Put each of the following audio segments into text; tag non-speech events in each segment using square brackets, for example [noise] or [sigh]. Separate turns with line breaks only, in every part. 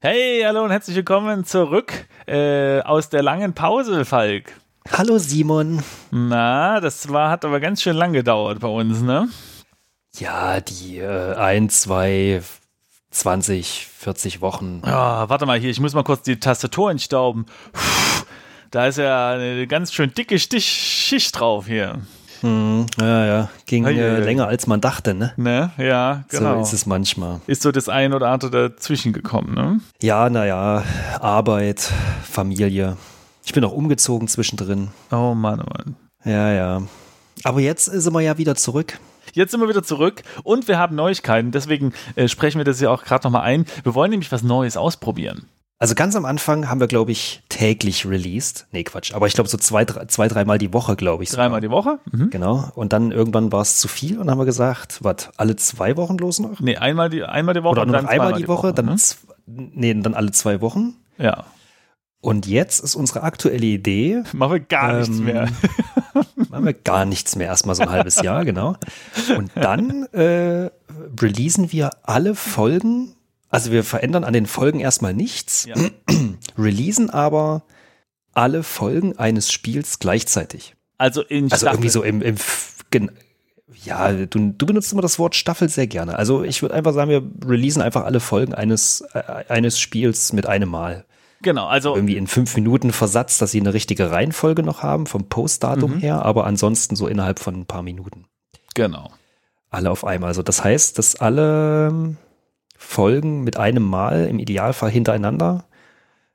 Hey, hallo und herzlich willkommen zurück äh, aus der langen Pause, Falk.
Hallo Simon.
Na, das war, hat aber ganz schön lang gedauert bei uns, ne?
Ja, die äh, 1, 2, 20, 40 Wochen.
Ah, warte mal hier, ich muss mal kurz die Tastatur entstauben. Puh, Da ist ja eine ganz schön dicke Stich Schicht drauf hier.
Hm, ja, ja. Ging
Ei, ei,
äh,
ei.
länger als man dachte, ne?
Ne? Ja, genau.
So ist es manchmal.
Ist so das ein oder andere dazwischen gekommen, ne?
Ja, naja, Arbeit, Familie. Ich bin auch umgezogen zwischendrin.
Oh Mann, oh Mann.
Ja, ja. Aber jetzt sind wir ja wieder zurück.
Jetzt sind wir wieder zurück und wir haben Neuigkeiten. Deswegen äh, sprechen wir das ja auch gerade nochmal ein. Wir wollen nämlich was Neues ausprobieren.
Also ganz am Anfang haben wir, glaube ich, täglich released. Nee, Quatsch. Aber ich glaube so zwei, drei, zwei dreimal die Woche, glaube ich. sogar.
Dreimal die Woche. Mhm.
Genau. Und dann irgendwann war es zu viel und haben wir gesagt, was, alle zwei Wochen bloß noch?
Nee, einmal die, einmal die Woche.
Oder
und
nur noch
dann
einmal
zweimal
die Woche, dann,
ne?
z- nee, dann alle zwei Wochen.
Ja.
Und jetzt ist unsere aktuelle [laughs] Idee,
Machen wir gar nichts
Ähm,
mehr. [laughs]
machen wir gar nichts mehr, erstmal so ein halbes Jahr, genau. Und dann äh, releasen wir alle Folgen, also wir verändern an den Folgen erstmal nichts,
Ja.
[clears throat] releasen aber alle Folgen eines Spiels gleichzeitig.
Also in
Also
Staffel.
irgendwie so im, im F- gen- ja, du, du benutzt immer das Wort Staffel sehr gerne. Also ich würde einfach sagen, wir releasen einfach alle Folgen eines, äh, eines Spiels mit einem Mal.
Genau, also
irgendwie in fünf Minuten Versatz, dass sie eine richtige Reihenfolge noch haben, vom Postdatum her, aber ansonsten so innerhalb von ein paar Minuten.
genau.
Alle auf einmal. Also das heißt, dass alle ähm, Folgen mit einem Mal, im Idealfall hintereinander,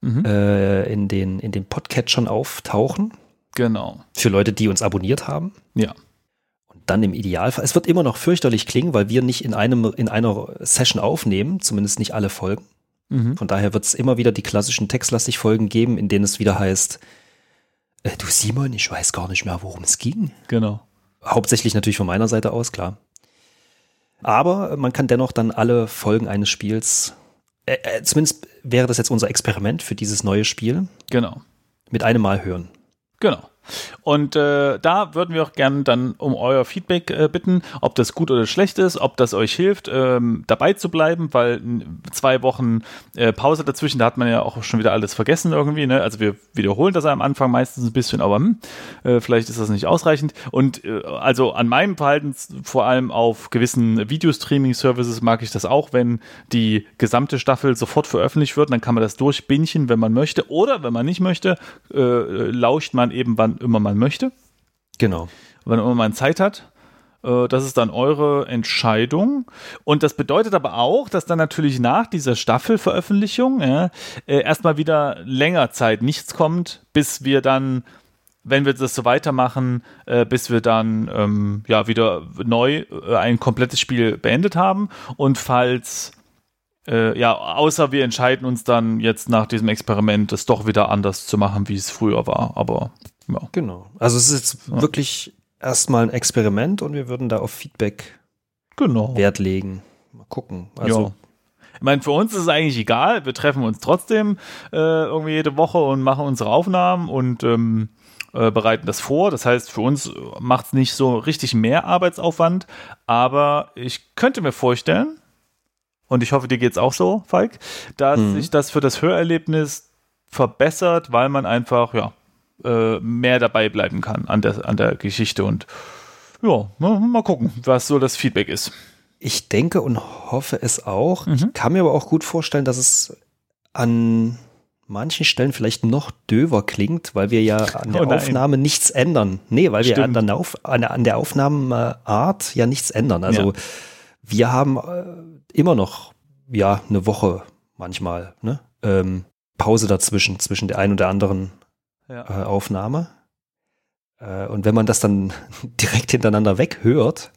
Mhm.
äh, in, den, in den Podcatchern auftauchen.
Genau.
Für Leute, die uns abonniert haben.
Ja.
Und dann im Idealfall, es wird immer noch fürchterlich klingen, weil wir nicht in, einem, in einer Session aufnehmen, zumindest nicht alle Folgen.
Mhm.
Von daher wird es immer wieder die klassischen textlastig Folgen geben, in denen es wieder heißt, äh, du Simon, ich weiß gar nicht mehr, worum es ging.
Genau.
Hauptsächlich natürlich von meiner Seite aus, klar. Aber man kann dennoch dann alle Folgen eines Spiels, äh, äh, zumindest wäre das jetzt unser Experiment für dieses neue Spiel,
Genau.
mit einem Mal hören.
Genau. Und äh, da würden wir auch gerne dann um euer Feedback äh, bitten, ob das gut oder schlecht ist, ob das euch hilft, ähm, dabei zu bleiben, weil n, zwei Wochen äh, Pause dazwischen, da hat man ja auch schon wieder alles vergessen irgendwie. Ne? Also wir wiederholen das am Anfang meistens ein bisschen, aber hm, äh, vielleicht ist das nicht ausreichend. Und äh, also an meinem Verhalten, s- vor allem auf gewissen Videostreaming-Services, mag ich das auch, wenn die gesamte Staffel sofort veröffentlicht wird, dann kann man das durchbinchen, wenn man möchte. Oder wenn man nicht möchte, äh, lauscht man eben, wann immer man möchte,
Genau.
wann immer man Zeit hat. Äh, Das ist dann eure Entscheidung. Und das bedeutet aber auch, dass dann natürlich nach dieser Staffelveröffentlichung ja, äh, erstmal wieder länger Zeit nichts kommt, bis wir dann, wenn wir das so weitermachen, äh, bis wir dann ähm, ja wieder neu äh, ein komplettes Spiel beendet haben. Und falls äh, ja, außer wir entscheiden uns dann jetzt nach diesem Experiment, es doch wieder anders zu machen, wie es früher war. Aber ja.
Genau. Also es ist jetzt wirklich erstmal ein Experiment und wir würden da auf Feedback
genau.
Wert legen. Mal gucken. Also
ja. Ich meine, für uns ist es eigentlich egal. Wir treffen uns trotzdem äh, irgendwie jede Woche und machen unsere Aufnahmen und ähm, äh, bereiten das vor. Das heißt, für uns macht es nicht so richtig mehr Arbeitsaufwand. Aber ich könnte mir vorstellen, und ich hoffe, dir geht es auch so, Falk, dass
Mhm.
sich das für das Hörerlebnis verbessert, weil man einfach ja, äh, mehr dabei bleiben kann an der, an der Geschichte. Und ja, mal mal gucken, was so das Feedback ist.
Ich denke und hoffe es auch.
Mhm.
Ich kann mir aber auch gut vorstellen, dass es an manchen Stellen vielleicht noch döver klingt, weil wir ja an der
Oh nein.
Aufnahme nichts ändern. Nee, weil wir an
Stimmt.
der, Auf, an, der- an der Aufnahmeart ja nichts ändern. Also wir haben äh, immer noch ja eine Woche manchmal ne? ähm, Pause dazwischen, zwischen der einen und der anderen äh,
Ja.
Aufnahme. Äh, und wenn man das dann [laughs] direkt hintereinander weghört,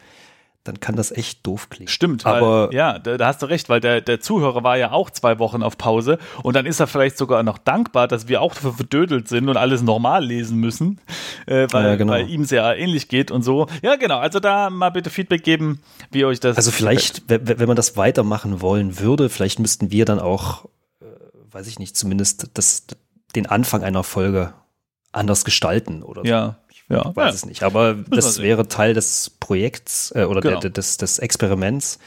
dann kann das echt doof klingen.
Stimmt,
Aber-
weil, ja, da, da hast du recht, weil der, der Zuhörer war ja auch zwei Wochen auf Pause und dann ist er vielleicht sogar noch dankbar, dass wir auch dafür verdödelt sind und alles normal lesen müssen, äh, weil,
Ja, genau.
weil ihm es ja ähnlich geht und so. Ja, genau, also da mal bitte Feedback geben, wie euch das.
Also vielleicht, we- we- wenn man das weitermachen wollen würde, vielleicht müssten wir dann auch, äh, weiß ich nicht, zumindest das, den Anfang einer Folge anders gestalten oder so.
Ja, ja.
Ich weiß
ja.
es nicht. Aber das
sehen.
wäre Teil des Projekts äh, oder
Genau.
der, des, des Experiments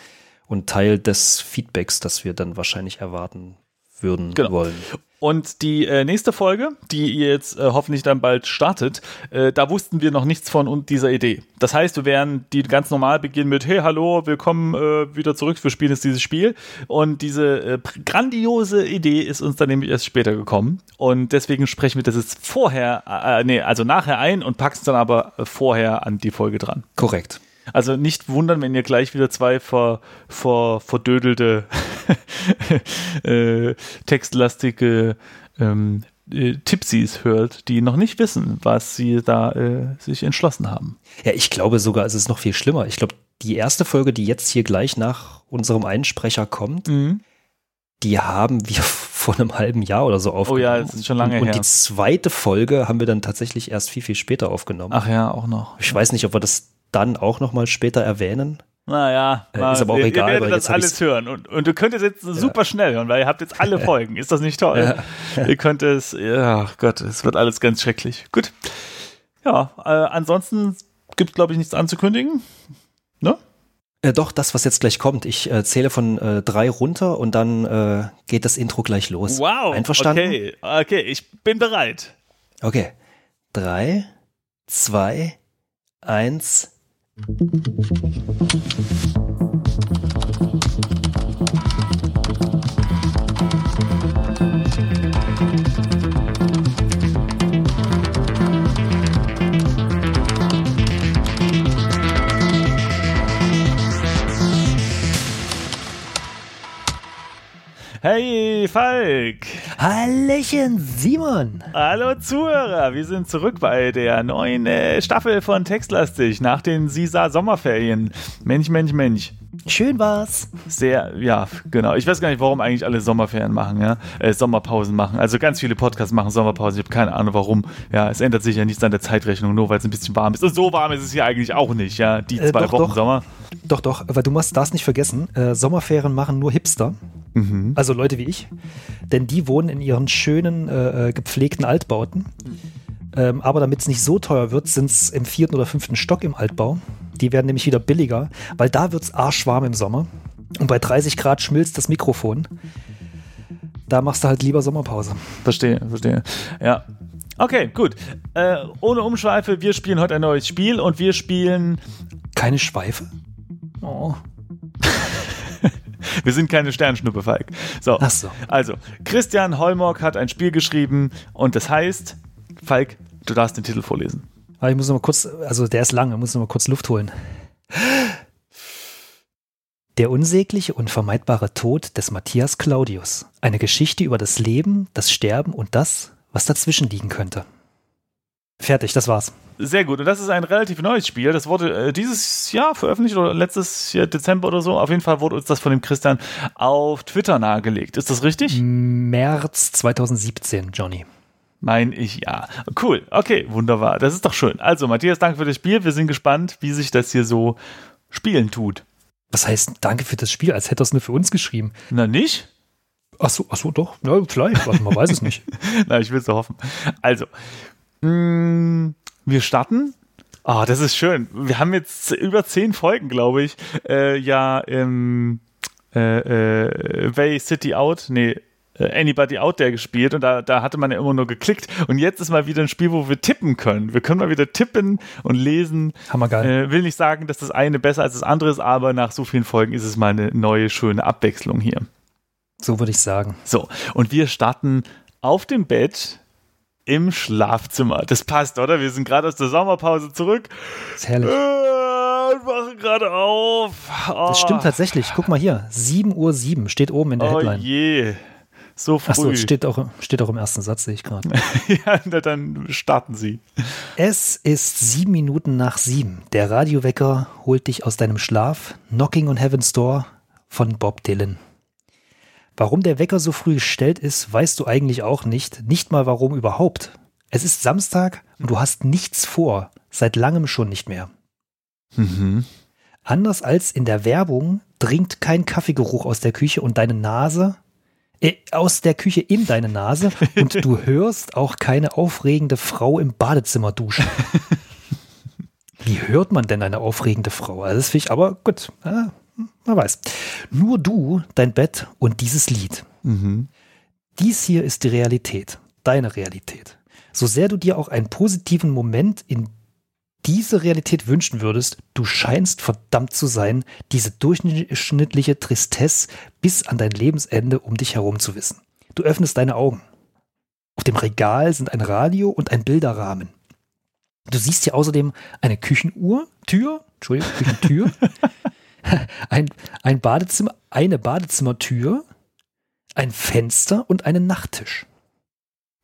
und Teil des Feedbacks, das wir dann wahrscheinlich erwarten
würden
Genau.
wollen.
Und die äh, nächste Folge, die ihr jetzt äh, hoffentlich dann bald startet, äh, da wussten wir noch nichts von und dieser Idee. Das heißt, wir werden die ganz normal beginnen mit Hey, hallo, willkommen äh, wieder zurück, wir spielen jetzt dieses Spiel. Und diese äh, pr- grandiose Idee ist uns dann nämlich erst später gekommen. Und deswegen sprechen wir das jetzt vorher, äh, nee, also nachher ein und packen es dann aber äh, vorher an die Folge dran.
Korrekt.
Also nicht wundern, wenn ihr gleich wieder zwei ver, ver, verdödelte, [laughs] äh, textlastige ähm, äh, Tipsies hört, die noch nicht wissen, was sie da äh, sich entschlossen haben.
Ja, ich glaube sogar, es ist noch viel schlimmer. Ich glaube, die erste Folge, die jetzt hier gleich nach unserem Einsprecher kommt,
Mhm.
die haben wir [laughs] vor einem halben Jahr oder so aufgenommen.
Oh ja, das ist schon lange
und, Und
her.
die zweite Folge haben wir dann tatsächlich erst viel, viel später aufgenommen.
Ach ja, auch noch.
Ich weiß nicht, ob wir das dann auch nochmal später erwähnen.
Naja,
Äh, ist aber auch
ihr,
egal,
ihr
weil
werdet das
jetzt hab
alles
ich's-
hören. Und, und du könnt es jetzt super schnell hören, weil ihr habt jetzt alle Folgen. Ist das nicht toll? ihr könnt es, ja Gott, es wird alles ganz schrecklich. Gut. Ja, äh, ansonsten gibt es, glaube ich, nichts anzukündigen. Ne?
Äh, doch, das, was jetzt gleich kommt. Ich äh, zähle von äh, drei runter und dann äh, geht das Intro gleich los.
Wow.
Einverstanden?
Okay, okay, ich bin bereit.
Okay. Drei, zwei, eins.
Hey, Falk.
Hallöchen, Simon.
Hallo Zuhörer. Wir sind zurück bei der neuen äh, Staffel von Textlastig nach den Sisa Sommerferien. Mensch, Mensch, Mensch.
Schön war's.
Sehr, ja, genau. Ich weiß gar nicht, warum eigentlich alle Sommerferien machen, ja. Äh, Sommerpausen machen. Also ganz viele Podcasts machen Sommerpausen. Ich habe keine Ahnung, warum. Ja, es ändert sich ja nichts an der Zeitrechnung, nur weil es ein bisschen warm ist. Und so warm ist es hier eigentlich auch nicht, ja. Die
Äh,
zwei
doch,
Wochen
doch.
Sommer.
Doch, doch, aber du musst das nicht vergessen. Äh, Sommerferien machen nur Hipster. Also Leute wie ich. Denn die wohnen in ihren schönen, äh, äh, gepflegten Altbauten. Ähm, aber damit es nicht so teuer wird, sind es im vierten oder fünften Stock im Altbau. Die werden nämlich wieder billiger, weil da wird es arschwarm im Sommer. Und bei 30 Grad schmilzt das Mikrofon. Da machst du halt lieber Sommerpause.
Verstehe, verstehe. Ja. Okay, gut. Äh, ohne Umschweife, wir spielen heute ein neues Spiel und wir spielen.
Keine Schweife?
Oh. wir sind keine Sternschnuppe, Falk. So.
Ach so.
Also, Christian Holmog hat ein Spiel geschrieben und das heißt, Falk, du darfst den Titel vorlesen.
Aber ich muss noch mal kurz, also der ist lang, ich muss noch mal kurz Luft holen. Der unsägliche, unvermeidbare Tod des Matthias Claudius. Eine Geschichte über das Leben, das Sterben und das, was dazwischen liegen könnte. Fertig, das war's.
Sehr gut. Und das ist ein relativ neues Spiel. Das wurde äh, dieses Jahr veröffentlicht oder letztes Jahr Dezember oder so. Auf jeden Fall wurde uns das von dem Christian auf Twitter nahegelegt. Ist das richtig?
März 2017, Johnny.
Mein ich ja. Cool, okay, wunderbar. Das ist doch schön. Also, Matthias, danke für das Spiel. Wir sind gespannt, wie sich das hier so spielen tut.
Was heißt Danke für das Spiel, als hätte er es nur für uns geschrieben?
Na, nicht? [laughs]
Ach so, ach so, doch. Ja, vielleicht, warte, man weiß es nicht.
Na, ich will es hoffen. Also, mh, wir starten. Ah, das ist schön. Wir haben jetzt über zehn Folgen, glaube ich. Äh, ja, im äh, äh, Bay City Out, nee, äh, Anybody Out There gespielt und da, da hatte man ja immer nur geklickt. Und jetzt ist mal wieder ein Spiel, wo wir tippen können. Wir können mal wieder tippen und lesen.
Hammergeil.
Äh, will nicht sagen, dass das eine besser als das andere ist, aber nach so vielen Folgen ist es mal eine neue, schöne Abwechslung hier.
So würde ich sagen.
So, und wir starten auf dem Bett im Schlafzimmer. Das passt, oder? Wir sind gerade aus der Sommerpause zurück.
Ist
Äh,
herrlich.
und machen gerade auf. Oh,
Das stimmt tatsächlich. Guck mal hier. 7.07 Uhr steht oben in der
Oh
Headline.
je. So früh.
Achso, steht auch, steht auch im ersten Satz, sehe ich gerade.
[laughs] ja, na, dann starten Sie.
Es ist sieben Minuten nach sieben. Der Radiowecker holt dich aus deinem Schlaf. Knocking on Heaven's Door von Bob Dylan. Warum der Wecker so früh gestellt ist, weißt du eigentlich auch nicht. Nicht mal warum überhaupt. Es ist Samstag und du hast nichts vor. Seit langem schon nicht mehr.
Mhm.
Anders als in der Werbung dringt kein Kaffeegeruch aus der Küche und deine Nase äh, aus der Küche in deine Nase und du hörst auch keine aufregende Frau im Badezimmer duschen. Wie hört man denn eine aufregende Frau? Also das finde ich aber gut. hm, Ah, man weiß. Nur du, dein Bett und dieses Lied.
Mhm.
dies hier ist die Realität, deine Realität. So sehr du dir auch einen positiven Moment in diese Realität wünschen würdest, du scheinst verdammt zu sein, diese durchschnittliche Tristesse bis an dein Lebensende um dich herum zu wissen. Du öffnest deine Augen. Auf dem Regal sind ein Radio und ein Bilderrahmen. Du siehst hier außerdem eine Küchenuhr, Tür, Entschuldigung, Küchentür, ein, ein Badezimmer, eine Badezimmertür, ein Fenster und einen Nachttisch.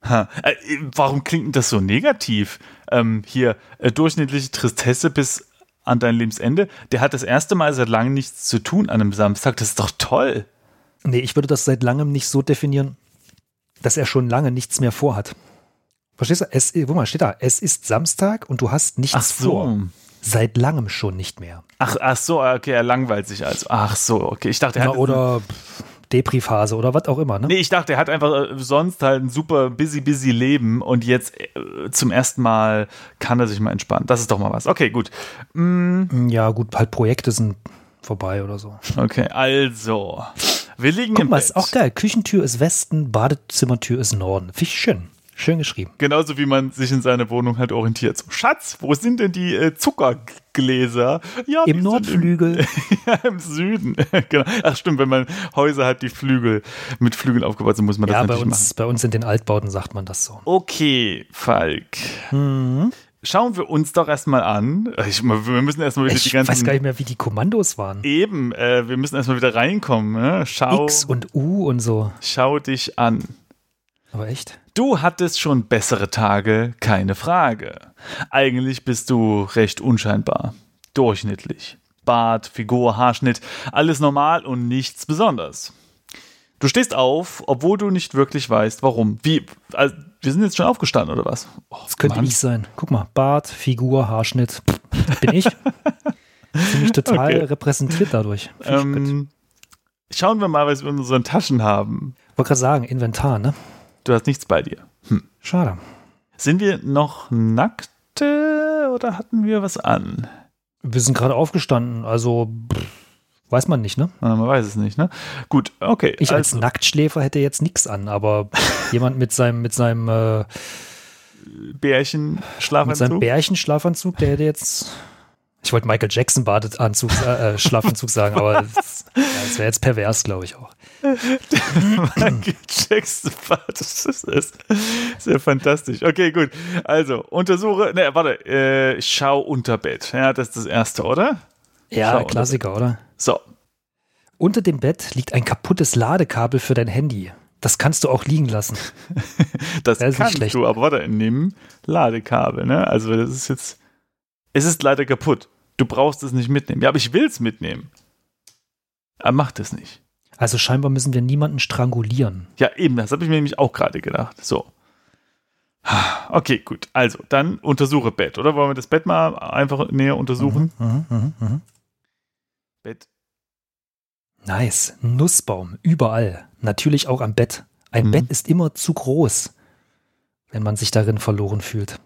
Ha, äh, warum klingt denn das so negativ? Ähm, hier, äh, durchschnittliche Tristesse bis an dein Lebensende. Der hat das erste Mal seit langem nichts zu tun an einem Samstag. Das ist doch toll.
Nee, ich würde das seit langem nicht so definieren, dass er schon lange nichts mehr vorhat. Verstehst du? Es, guck mal, steht da, es ist Samstag und du hast nichts
Ach so.
vor. Seit langem schon nicht mehr.
Ach, ach so, okay, er langweilt sich also. Ach so, okay. Ich dachte, er
Na,
hat
oder pff, Depri-Phase oder was auch immer. Ne?
Nee, ich dachte, er hat einfach äh, sonst halt ein super busy, busy Leben und jetzt äh, zum ersten Mal kann er sich mal entspannen. Das ist doch mal was. Okay, gut. Mm,
Ja, gut, halt Projekte sind vorbei
[laughs]
oder so.
okay, also. Wir liegen
Guck
im
mal,
Bett.
ist auch geil. Küchentür ist Westen, Badezimmertür ist Norden. Finde ich schön. Schön geschrieben.
Genauso wie man sich in seiner Wohnung halt orientiert. So, Schatz, wo sind denn die äh, Zuckergläser? Ja, die
Im
sind
Nordflügel.
Ja, im Süden. [laughs] genau. Ach stimmt, wenn man Häuser hat, die Flügel mit Flügeln aufgebaut sind, muss man
Ja,
[laughs] das
bei
natürlich machen.
uns, bei uns in den Altbauten sagt man das so.
Okay, Falk.
Mhm.
Schauen wir uns doch erstmal an. Ich, wir müssen erstmal wieder die
Ich
ganzen
weiß gar nicht mehr, wie die Kommandos waren.
Eben, äh, wir müssen erstmal wieder reinkommen. Ne? Schau,
X und U und so.
schau dich an.
Aber echt?
Du hattest schon bessere Tage, keine Frage. Eigentlich bist du recht unscheinbar. Durchschnittlich. Bart, Figur, Haarschnitt, alles normal und nichts besonders. Du stehst auf, obwohl du nicht wirklich weißt, warum. Wie, also, wir sind jetzt schon aufgestanden, oder was? Oh,
Das könnte
Mann.
ich sein. Guck mal, Bart, Figur, Haarschnitt. Pff, Bin ich.
[laughs]
Ziemlich total
Okay.
repräsentiert dadurch. Find ich gut.
Ähm, schauen wir mal, was wir in unseren Taschen haben.
Wollte gerade sagen, Inventar, ne?
Du hast nichts bei dir.
Schade.
Sind wir noch nackt äh, oder hatten wir was an?
Wir sind gerade aufgestanden, also pff, weiß man nicht, ne?
Äh, Man weiß es nicht, ne? Gut, okay.
Ich als
also,
Nacktschläfer hätte jetzt nichts
[laughs]
an, aber jemand mit seinem, mit seinem, äh,
Bärchen
mit
[laughs]
seinem
Schlafanzug.
Bärchenschlafanzug, der hätte jetzt. Ich wollte Michael Jackson Badeanzug, äh, äh, Schlafanzug
[laughs]
sagen, aber das, ja, das wäre jetzt pervers, glaube ich auch.
Michael Jackson war- das ist, das ist ja fantastisch. Okay, gut. Also, untersuche. Ne, warte. Äh, schau unter Bett. Ja, das ist das Erste, oder?
Ja,
Schau,
Klassiker, oder?
So.
Unter dem Bett liegt ein kaputtes Ladekabel für dein Handy. Das kannst du auch liegen lassen.
Das,
Das ist nicht
kannst
schlecht.
du, aber warte, nehmen Ladekabel, ne? Also, das ist jetzt. Es ist leider kaputt. Du brauchst es nicht mitnehmen. Ja, aber ich will es mitnehmen. Er macht es nicht.
Also scheinbar müssen wir niemanden strangulieren.
Ja, eben, das habe ich mir nämlich auch gerade gedacht. So. Okay, gut. Also, dann untersuche Bett, oder? Wollen wir das Bett mal einfach näher untersuchen?
Mhm, mhm, mhm.
Bett.
Nice. Nussbaum, überall. Natürlich auch am Bett. Ein
Mhm.
Bett ist immer zu groß, wenn man sich darin verloren fühlt.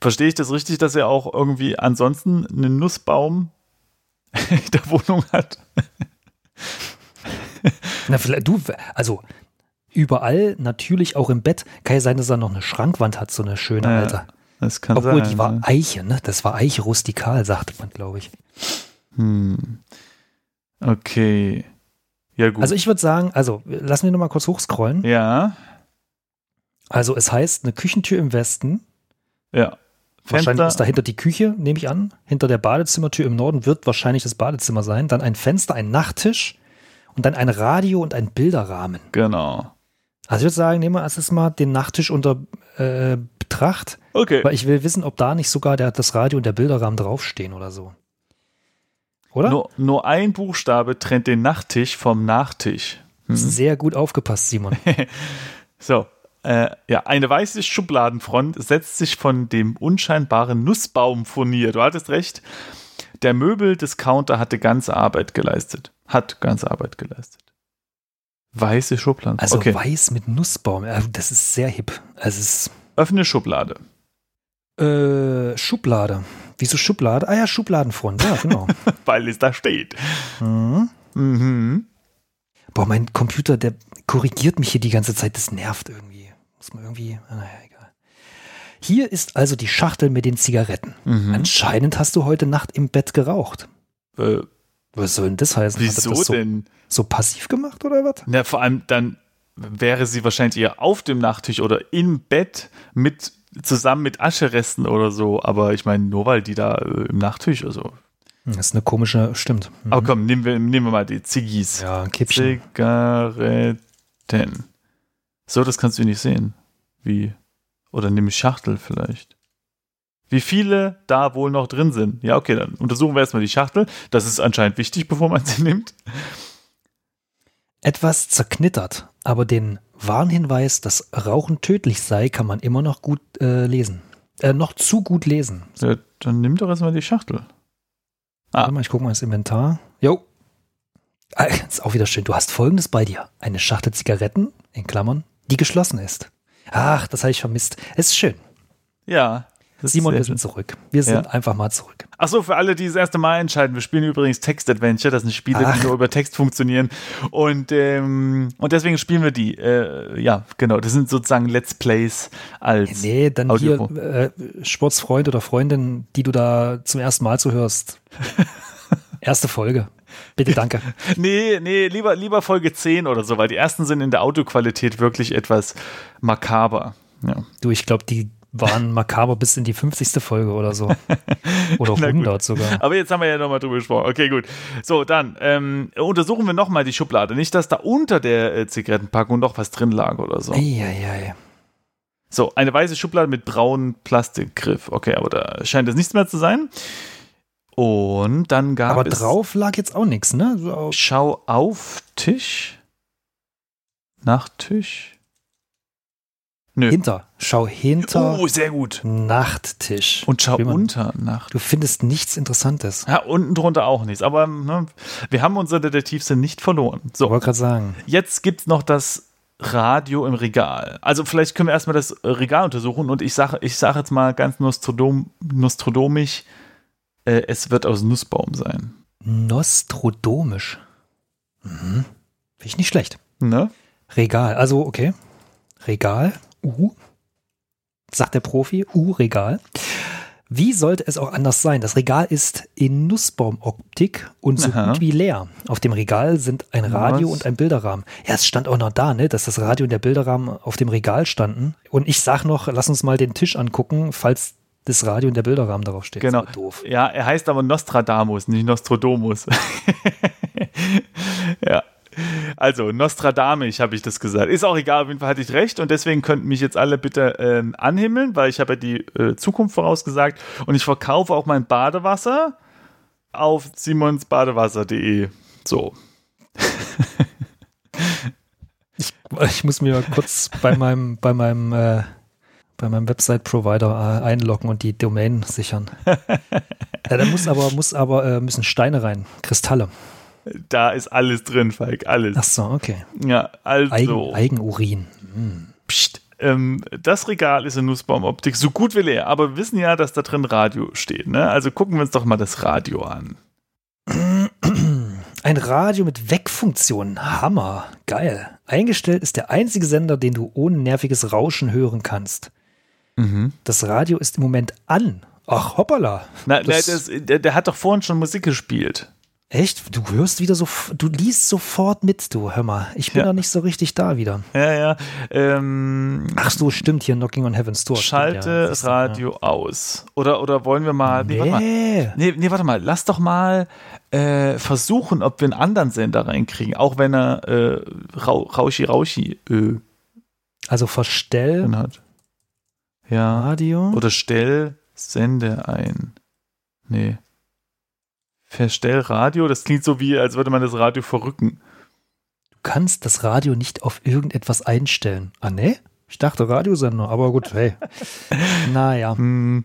Verstehe ich das richtig, dass er auch irgendwie ansonsten einen Nussbaum [laughs] in der Wohnung hat?
Na, vielleicht, du, also überall, natürlich auch im Bett. Kann ja sein, dass er noch eine Schrankwand hat, so eine schöne,
Ja,
Alter.
Das kann
Obwohl,
sein.
die war
ne?
Eiche, ne? Das war Eiche rustikal, sagte man, glaube ich.
Hm. Okay. Ja, gut.
Also ich würde sagen, also lassen wir nochmal kurz hochscrollen.
ja,
Also es heißt eine Küchentür im Westen.
ja.
Wahrscheinlich
Fenster.
ist dahinter die Küche, nehme ich an. Hinter der Badezimmertür im Norden wird wahrscheinlich das Badezimmer sein. Dann ein Fenster, ein Nachttisch und dann ein Radio und ein Bilderrahmen.
Genau.
Also ich würde sagen, nehmen wir erst mal den Nachttisch unter äh, Betracht,
Okay.
weil ich will wissen, ob da nicht sogar der, das Radio und der Bilderrahmen draufstehen oder so. Oder?
Nur, nur ein Buchstabe trennt den Nachttisch vom Nachtisch. Hm.
Sehr gut
[laughs]
aufgepasst, Simon.
So, äh, ja, eine weiße Schubladenfront setzt sich von dem unscheinbaren Nussbaumfurnier. Du hattest recht. Der Möbeldiscounter hatte ganze Arbeit geleistet. Hat ganze Arbeit geleistet. Weiße Schubladen.
Also
okay.
weiß mit Nussbaum, äh, das ist sehr hip. Also es ist
Öffne Schublade. [laughs]
Äh, Schublade. Wieso Schublade? Ah ja, Schubladenfront, ja,
[laughs]
genau.
Weil es da steht.
mhm.
Mhm.
Boah, mein Computer, der korrigiert mich hier die ganze Zeit. Das nervt irgendwie. Muss man irgendwie. Naja, egal. Hier ist also die Schachtel mit den Zigaretten.
Mhm.
Anscheinend hast du heute Nacht im Bett geraucht.
Äh,
Was soll denn das heißen? Hat er
wieso
das so,
denn?
so passiv gemacht oder was?
Na, vor allem dann wäre sie wahrscheinlich eher auf dem Nachttisch oder im Bett mit zusammen mit Ascheresten oder so. Aber ich meine, nur weil die da äh, im Nachttisch oder so.
Hm, Das ist eine komische, stimmt. Mhm.
Aber komm, nehmen wir, nehmen wir mal die Ziggis.
Ja, ein Kippchen.
Zigaretten. So, das kannst du nicht sehen. Wie? Oder nimm Schachtel vielleicht. Wie viele da wohl noch drin sind. Ja, okay, dann untersuchen wir erstmal die Schachtel. Das ist anscheinend wichtig, bevor man sie [laughs] nimmt.
Etwas zerknittert, aber den Warnhinweis, dass Rauchen tödlich sei, kann man immer noch gut äh, lesen. Äh, noch zu gut lesen.
Ja, dann nimm doch erstmal die Schachtel. Ah.
Warte mal, ich gucke mal ins Inventar. Jo. Ah, Ist auch wieder schön. Du hast folgendes bei dir: Eine Schachtel Zigaretten, in Klammern, die geschlossen ist. Ach, das habe ich vermisst. Es ist schön.
Ja. das ist
Simon,
sehr
wir
schön.
sind zurück. Wir sind
Ja.
einfach mal zurück.
Ach so, für alle, die das erste Mal entscheiden. Wir spielen übrigens Text-Adventure. Das sind Spiele,
Ach.
die nur über Text funktionieren. Und, ähm, und deswegen spielen wir die. Äh, ja, genau. Das sind sozusagen Let's Plays als.
Nee, dann
Audio-
hier äh, Sportsfreund oder Freundin, die du da zum ersten
[laughs]
Mal zuhörst. Erste Folge. Bitte danke.
Nee, nee, lieber, lieber Folge 10 oder so, weil die ersten sind in der Audioqualität wirklich etwas makaber. Ja.
Du, ich glaube, die waren makaber bis in die 50. Folge oder
[laughs]
so. Oder
Na gut.
100 sogar.
Aber jetzt haben wir ja nochmal drüber gesprochen. Okay, gut. So, dann ähm, untersuchen wir nochmal die Schublade. Nicht, dass da unter der äh, Zigarettenpackung noch was drin lag oder so.
Eieiei.
So, eine weiße Schublade mit braunem Plastikgriff. Okay, aber da scheint es nichts mehr zu sein. Und dann gab
Aber
es
drauf lag jetzt auch nichts, ne? So auf-
Schau auf Tisch. Nachttisch. Nö.
Hinter. Schau hinter
Oh, sehr gut.
Nachttisch.
Und schau
Will man-
unter Nacht.
Du findest nichts Interessantes.
Ja, unten drunter auch nichts. Aber ne, wir haben unser Detektivsinn nicht verloren.
Ich
So,
wollte gerade sagen.
jetzt gibt es noch das Radio im Regal. Also vielleicht können wir erstmal das Regal untersuchen und ich sage ich sag jetzt mal ganz nostrodom, nostrodomisch, äh, es wird aus Nussbaum sein.
Nostrodomisch. Mhm. Finde ich nicht schlecht.
Ne?
Regal. Also, okay. Regal. U. Sagt der Profi. U, Regal. Wie sollte es auch anders sein? Das Regal ist in Nussbaumoptik und so
Aha.
gut wie leer. Auf dem Regal sind ein Radio
Was?
und ein Bilderrahmen. Ja, es stand auch noch da, ne, dass das Radio und der Bilderrahmen auf dem Regal standen. Und ich sag noch, lass uns mal den Tisch angucken, falls das Radio und der Bilderrahmen darauf steht.
Genau.
Das ist doof.
Ja, er heißt aber Nostradamus, [laughs] nicht Nostrodomus. ja. Also, Nostradamisch habe ich das gesagt. Ist auch egal, auf jeden Fall hatte ich recht und deswegen könnten mich jetzt alle bitte ähm, anhimmeln, weil ich habe ja die äh, Zukunft vorausgesagt und ich verkaufe auch mein Badewasser auf simonsbadewasser.de. So.
[laughs] Ich muss mir mal kurz bei meinem, bei meinem, äh, bei meinem Website-Provider äh, einloggen und die Domain sichern. ja, da muss aber, muss aber, äh, müssen Steine rein, Kristalle.
Da ist alles drin, Falk, alles.
Ach so, okay.
Ja,
Eigen,
also.
Eigenurin. Hm.
Psst. Ähm, das Regal ist in Nussbaumoptik so gut wie leer, aber wir wissen ja, dass da drin Radio steht. Ne? Also gucken wir uns doch mal das Radio an.
Ein Radio mit Wegfunktion. Hammer. Geil. Eingestellt ist der einzige Sender, den du ohne nerviges Rauschen hören kannst. Das Radio ist im Moment an. Ach, hoppala.
Na,
Das-
na, das, der, der hat doch vorhin schon Musik gespielt.
Echt? Du hörst wieder so, du liest sofort mit, du. Hör mal, ich bin
Ja.
noch nicht so richtig da wieder.
Ja, ja. Ähm,
Ach so, stimmt, hier Knocking on Heaven's Door. stimmt, ja.
schalte
Das ist-
Radio aus. Oder, oder wollen wir mal. Nee, warte mal.
Nee.
Nee, nee, warte mal. Lass doch mal äh, versuchen, ob wir einen anderen Sender reinkriegen. Auch wenn er äh, Rau, Rauschi Rauschi äh,
Also verstell
drin hat. Ja.
Radio.
Oder stell Sende ein. Nee. Verstell Radio, das klingt so wie, als würde man das Radio verrücken.
Du kannst das Radio nicht auf irgendetwas einstellen. Ah, ne? Ich dachte Radiosender, aber gut,
[laughs]
hey. naja.
Hm,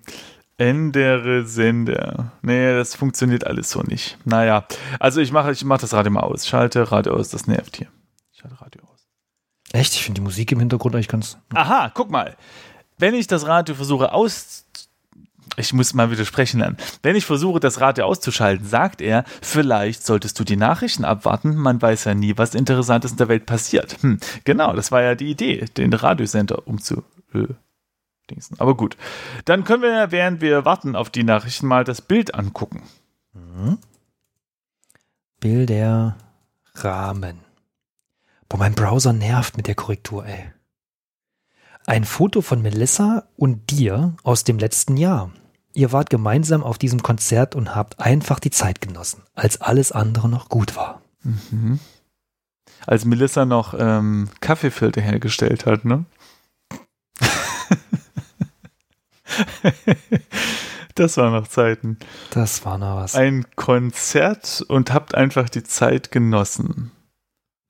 ändere Sender. Nee, das funktioniert alles so nicht. Naja, also ich mache ich mach das Radio mal aus. Schalte Radio aus, das nervt hier. Schalte Radio aus.
Echt, ich finde die Musik im Hintergrund eigentlich ganz.
Aha, guck mal. Wenn ich das Radio versuche aus. ich muss mal widersprechen lernen. Wenn ich versuche, das Radio auszuschalten, sagt er, vielleicht solltest du die Nachrichten abwarten. Man weiß ja nie, was Interessantes in der Welt passiert. Hm, genau, das war ja die Idee, den Radiosender umzu. Dingsen. Aber gut, dann können wir ja, während wir warten auf die Nachrichten, mal das Bild angucken.
Mhm. Bilder, Rahmen. Boah, mein Browser nervt mit der Korrektur, ey. Ein Foto von Melissa und dir aus dem letzten Jahr. Ihr wart gemeinsam auf diesem Konzert und habt einfach die Zeit genossen, als alles andere noch gut war.
Mhm. Als Melissa noch ähm, Kaffeefilter hergestellt hat, ne? [laughs] das waren noch Zeiten.
Das war noch was.
Ein Konzert und habt einfach die Zeit genossen.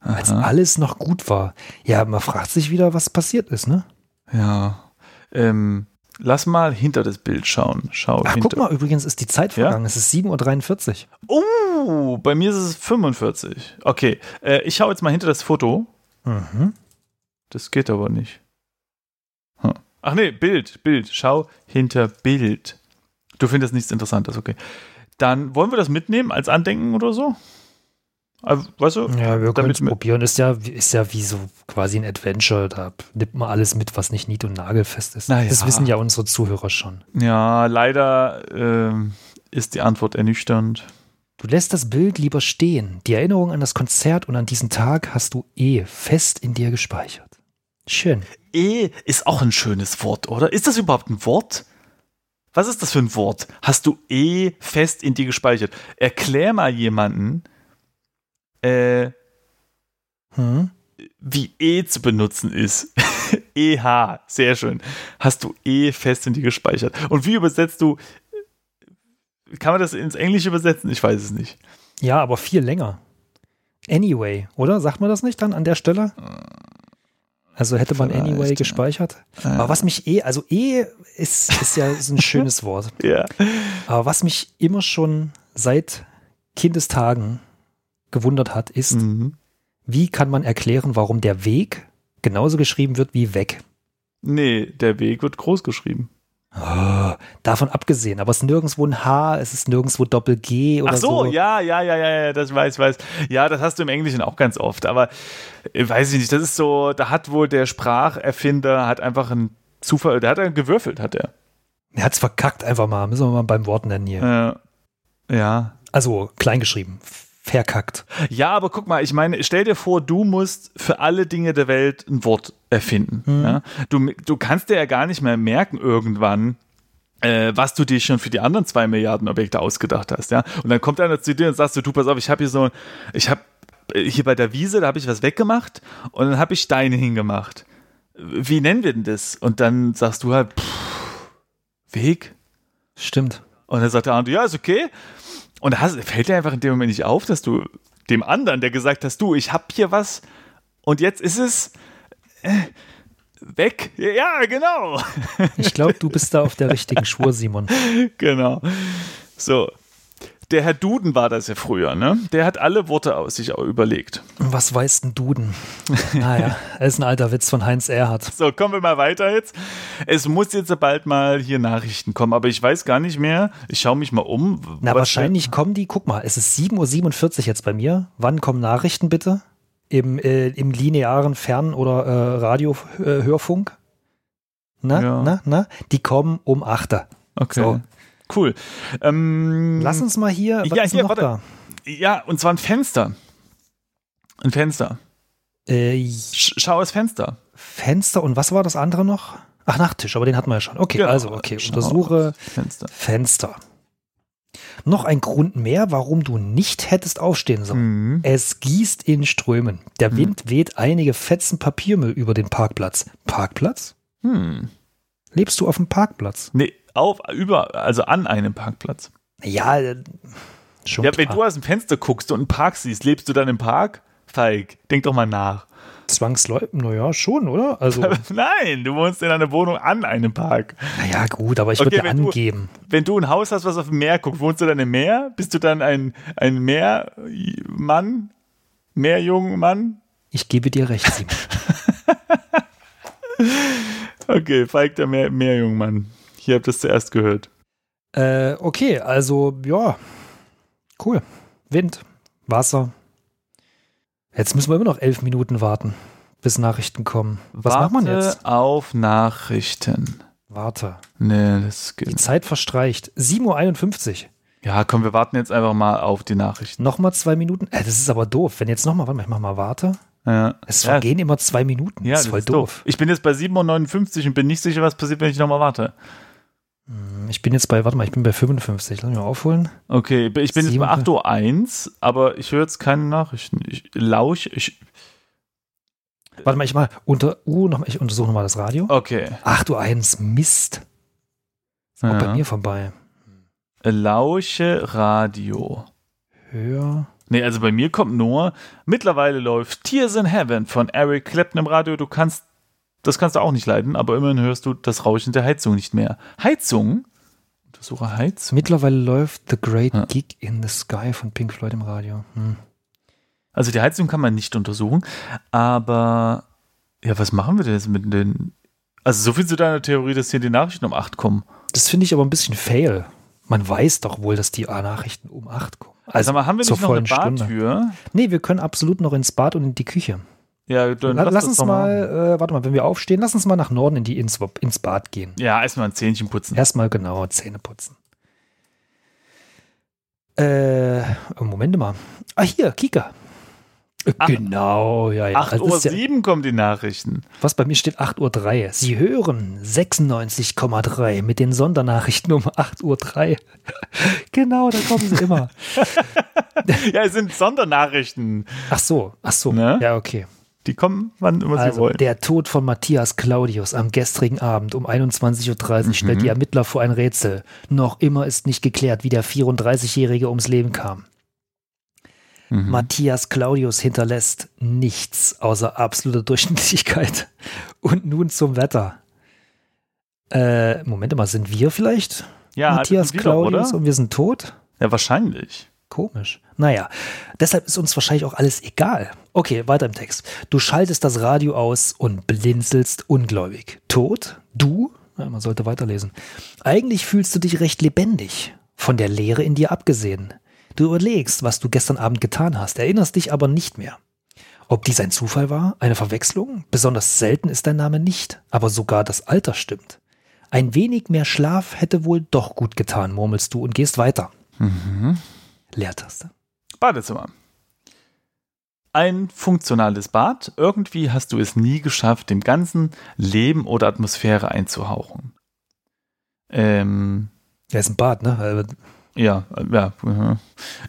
Aha. Als alles noch gut war. Ja, man fragt sich wieder, was passiert ist, ne?
Ja. Ähm, lass mal hinter das Bild schauen. Schau
Ach,
hinter.
guck mal, übrigens ist die Zeit
Ja?
vergangen. Es ist 7.43
Oh, bei mir ist es 45. Okay, äh, ich schaue jetzt mal hinter das Foto.
Uhr. Mhm.
Das geht aber nicht. Hm. Ach nee, Bild, Bild. Schau hinter Bild. Du findest nichts Interessantes, okay. Dann wollen wir das mitnehmen als Andenken oder so? Also, Weißt du?
Ja, wir können
Damit
es
wir-
probieren. Ist ja, ist ja wie so quasi ein Adventure. Da nimmt man alles mit, was nicht nied- und nagelfest ist.
Na ja.
Das wissen ja unsere Zuhörer schon.
Ja, leider ähm, ist die Antwort ernüchternd.
Du lässt das Bild lieber stehen. Die Erinnerung an das Konzert und an diesen Tag hast du eh fest in dir gespeichert. Schön.
E ist auch ein schönes Wort, oder? Ist das überhaupt ein Wort? Was ist das für ein Wort? Hast du E fest in dir gespeichert? Erklär mal jemanden, äh,
Hm?
wie E zu benutzen ist. [laughs] EH, sehr schön. Hast du E fest in dir gespeichert? Und wie übersetzt du? Kann man das ins Englische übersetzen? Ich weiß es nicht.
Ja, aber viel länger. Anyway, oder? Sagt man das nicht dann an der Stelle? Also hätte man
Vielleicht,
Anyway
ja.
gespeichert. Aber was mich eh, also eh ist, ist ja so ein schönes Wort.
Ja.
Aber was mich immer schon seit Kindestagen gewundert hat, ist,
Mhm.
wie kann man erklären, warum der Weg genauso geschrieben wird wie weg?
Nee, der Weg wird groß geschrieben.
Ah, davon abgesehen, aber es ist nirgendwo ein H, es ist nirgendwo Doppel-G oder
Ach so,
so.
ja, ja, ja, ja, ja, das weiß, weiß. Ja, das hast du im Englischen auch ganz oft, aber äh, weiß ich nicht, das ist so, da hat wohl der Spracherfinder hat einfach einen Zufall, der hat dann gewürfelt, hat er.
Er hat's verkackt einfach mal, müssen wir mal beim Wort nennen hier.
Äh, ja.
Also kleingeschrieben, verkackt.
Ja, aber guck mal, ich meine, stell dir vor, du musst für alle Dinge der Welt ein Wort erfinden. Ja? Du, du kannst dir ja gar nicht mehr merken irgendwann, äh, was du dir schon für die anderen zwei Milliarden Objekte ausgedacht hast, ja. Und dann kommt einer zu dir und sagst du, du pass auf, ich habe hier so, ein- ich habe hier bei der Wiese, da habe ich was weggemacht und dann habe ich Steine hingemacht. Wie nennen wir denn das? Und dann sagst du halt, pff, Weg?
Stimmt.
Und dann sagt der andere, ja, ist okay. Und da hast, fällt dir einfach in dem Moment nicht auf, dass du dem anderen, der gesagt hast, du, ich hab hier was und jetzt ist es äh, weg. Ja, genau. [laughs]
Ich glaube, du bist da auf der richtigen Spur, Simon.
genau. So. Der Herr Duden war das ja früher, ne? Der hat alle Worte aus sich auch überlegt.
Was weiß ein Duden? Naja, ist ein alter Witz von Heinz Erhardt.
So, kommen wir mal weiter jetzt. Es muss jetzt bald mal hier Nachrichten kommen, aber ich weiß gar nicht mehr. Ich schaue mich mal um.
Na,
Was-
wahrscheinlich kommen die, guck mal, es ist 7.47 Uhr jetzt bei mir. Wann kommen Nachrichten bitte? Im, äh, im linearen Fern- oder äh, Radiohörfunk? Na,
Ja.
na, na? Die kommen um 8 Uhr.
Okay.
So.
Cool. Ähm,
Lass uns mal hier, was
Ja,
ist
hier,
noch
warte.
da?
Ja, und zwar ein Fenster. Ein Fenster.
Äh,
Sch schau das Fenster.
Fenster und was war das andere noch? Ach, Nachttisch, aber den hatten wir ja schon. Okay,
Genau.
also, okay,
Schau
untersuche
das Fenster.
Fenster. Noch ein Grund mehr, warum du nicht hättest aufstehen sollen.
Mhm.
Es gießt in Strömen.
Hm.
Der Wind weht einige Fetzen Papiermüll über den Parkplatz. Parkplatz?
Hm.
Lebst du auf dem Parkplatz?
Nee, auf, über, also an einem Parkplatz.
Ja, äh, schon.
Ja, wenn
klar.
du aus dem Fenster guckst und einen Park siehst, lebst du dann im Park? Feig, denk doch mal nach.
Zwangsläufig, naja, schon, oder?
[laughs]
Also,
Nein, du wohnst in einer Wohnung an einem Park.
naja, gut, aber ich
Okay,
würde
wenn du-
angeben.
Wenn du ein Haus hast, was auf dem Meer guckt, wohnst du dann im Meer? Bist du dann ein, ein Meermann? Meerjungmann?
Ich gebe dir recht,
[laughs]
Simon.
Okay, Feig, der Meer, Meerjungmann. Hier habt ihr es zuerst gehört.
Äh, okay, also ja, cool. Wind, Wasser. Jetzt müssen wir immer noch elf Minuten warten, bis Nachrichten kommen. Was
Warte
macht man jetzt?
auf Nachrichten.
Warte.
Nee, das
Die
geht.
Zeit verstreicht. 7.51 Uhr.
Ja, komm, wir warten jetzt einfach mal auf die Nachrichten.
Nochmal zwei Minuten. Äh, das ist aber doof. Wenn jetzt nochmal, warte mal, ich mach mal warte.
Ja,
Es
ja,
vergehen immer zwei Minuten.
ja
das ist voll doof.
Ich bin jetzt bei 7.59 und bin nicht sicher, was passiert, wenn ich nochmal warte.
Ich bin jetzt bei, warte mal, ich bin bei 55. Lass mich mal aufholen.
Okay, ich bin jetzt bei
Sieben-
8.01 Uhr, aber ich höre jetzt keine Nachrichten. Ich lausch. Ich,
Warte mal, ich mal unter, uh, noch mal, ich untersuche nochmal das Radio.
okay.
8.01 Uhr, Mist. Ist auch
Ja.
bei mir vorbei.
Lausche Radio.
Hör.
Nee, also bei mir kommt nur, mittlerweile läuft Tears in Heaven von Eric Clapton im Radio. Du kannst, das kannst du auch nicht leiden, aber immerhin hörst du das Rauschen der Heizung nicht mehr. Heizung? Untersuche Heizung.
Mittlerweile läuft The Great
Ja.
Geek in the Sky von Pink Floyd im Radio. Hm.
Also die Heizung kann man nicht untersuchen, aber ja, was machen wir denn jetzt mit den. Also so viel zu deiner Theorie, dass hier die Nachrichten um 8 kommen.
Das finde ich aber ein bisschen fail. Man weiß doch wohl, dass die Nachrichten um 8 kommen.
Also mal, haben wir
zur
nicht noch eine
vollen Stunde.
Bartür?
Nee, wir können absolut noch ins Bad und in die Küche.
Ja, dann
La-
lass,
lass
das
uns
doch
mal, äh, warte mal, wenn wir aufstehen, lass uns mal nach Norden in die ins, ins Bad gehen.
Ja, erstmal ein Zähnchen putzen.
Erstmal genau Zähne putzen. Äh, Moment mal. Ah, hier, Kika. Äh,
Ach.
Genau, ja, ja.
8
Das
Uhr
ist ja,
7 kommen die Nachrichten. [laughs]
was bei mir steht 8.03 Uhr. Sie hören 96,3 mit den Sondernachrichten um 8.03 Uhr. [laughs] genau, da kommen sie immer.
Ja, es sind Sondernachrichten.
Ach so, ach so.
Ne?
Ja, okay.
Die kommen, wann immer sie
Also,
wollen.
der Tod von Matthias Claudius am gestrigen Abend um 21.30 Uhr
Mhm.
stellt die Ermittler vor ein Rätsel. Noch immer ist nicht geklärt, wie der 34-Jährige ums Leben kam. Mhm.
Mhm.
Matthias Claudius hinterlässt nichts außer absoluter Durchschnittlichkeit. [laughs] Und nun zum Wetter. Äh, Moment mal, sind wir vielleicht
Ja,
Matthias
das sind wir doch,
Claudius
oder?
und wir sind tot?
Ja, wahrscheinlich.
Komisch. Naja, deshalb ist uns wahrscheinlich auch alles egal. Okay, weiter im Text. Du schaltest das Radio aus und blinzelst ungläubig. Tot? Du? Ja, man sollte weiterlesen. Eigentlich fühlst du dich recht lebendig, von der Leere in dir abgesehen. Du überlegst, was du gestern Abend getan hast, erinnerst dich aber nicht mehr. Ob dies ein Zufall war, eine Verwechslung? Besonders selten ist dein Name nicht, aber sogar das Alter stimmt. Ein wenig mehr Schlaf hätte wohl doch gut getan, murmelst du und gehst weiter. Leertaste.
Badezimmer. Ein funktionales Bad. Irgendwie hast du es nie geschafft, dem ganzen Leben oder Atmosphäre einzuhauchen. Ähm,
Ja, ist ein Bad, ne? Äh,
Ja, äh, ja. mhm.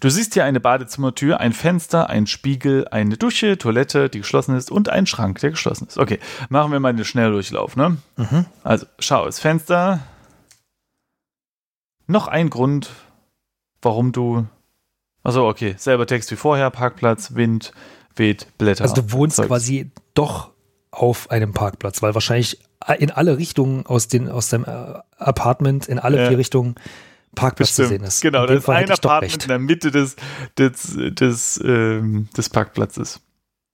Du siehst hier eine Badezimmertür, ein Fenster, ein Spiegel, eine Dusche, Toilette, die geschlossen ist und einen Schrank, der geschlossen ist. Okay, machen wir mal den Schnelldurchlauf, ne?
Mhm.
Also, schau, das Fenster. Noch ein Grund, warum du. Achso, okay, selber Text wie vorher, Parkplatz, Wind, weht, Blätter.
Also du wohnst
Zeugs.
quasi doch auf einem Parkplatz, weil wahrscheinlich in alle Richtungen aus, den, aus deinem äh, Apartment, in alle
Ja.
vier Richtungen Parkplatz zu sehen
Bestimmt.
ist.
Genau,
in dem
das ist
Fall
ein
hätte ich doch
Apartment in
recht.
der Mitte des, des, des, ähm, des Parkplatzes.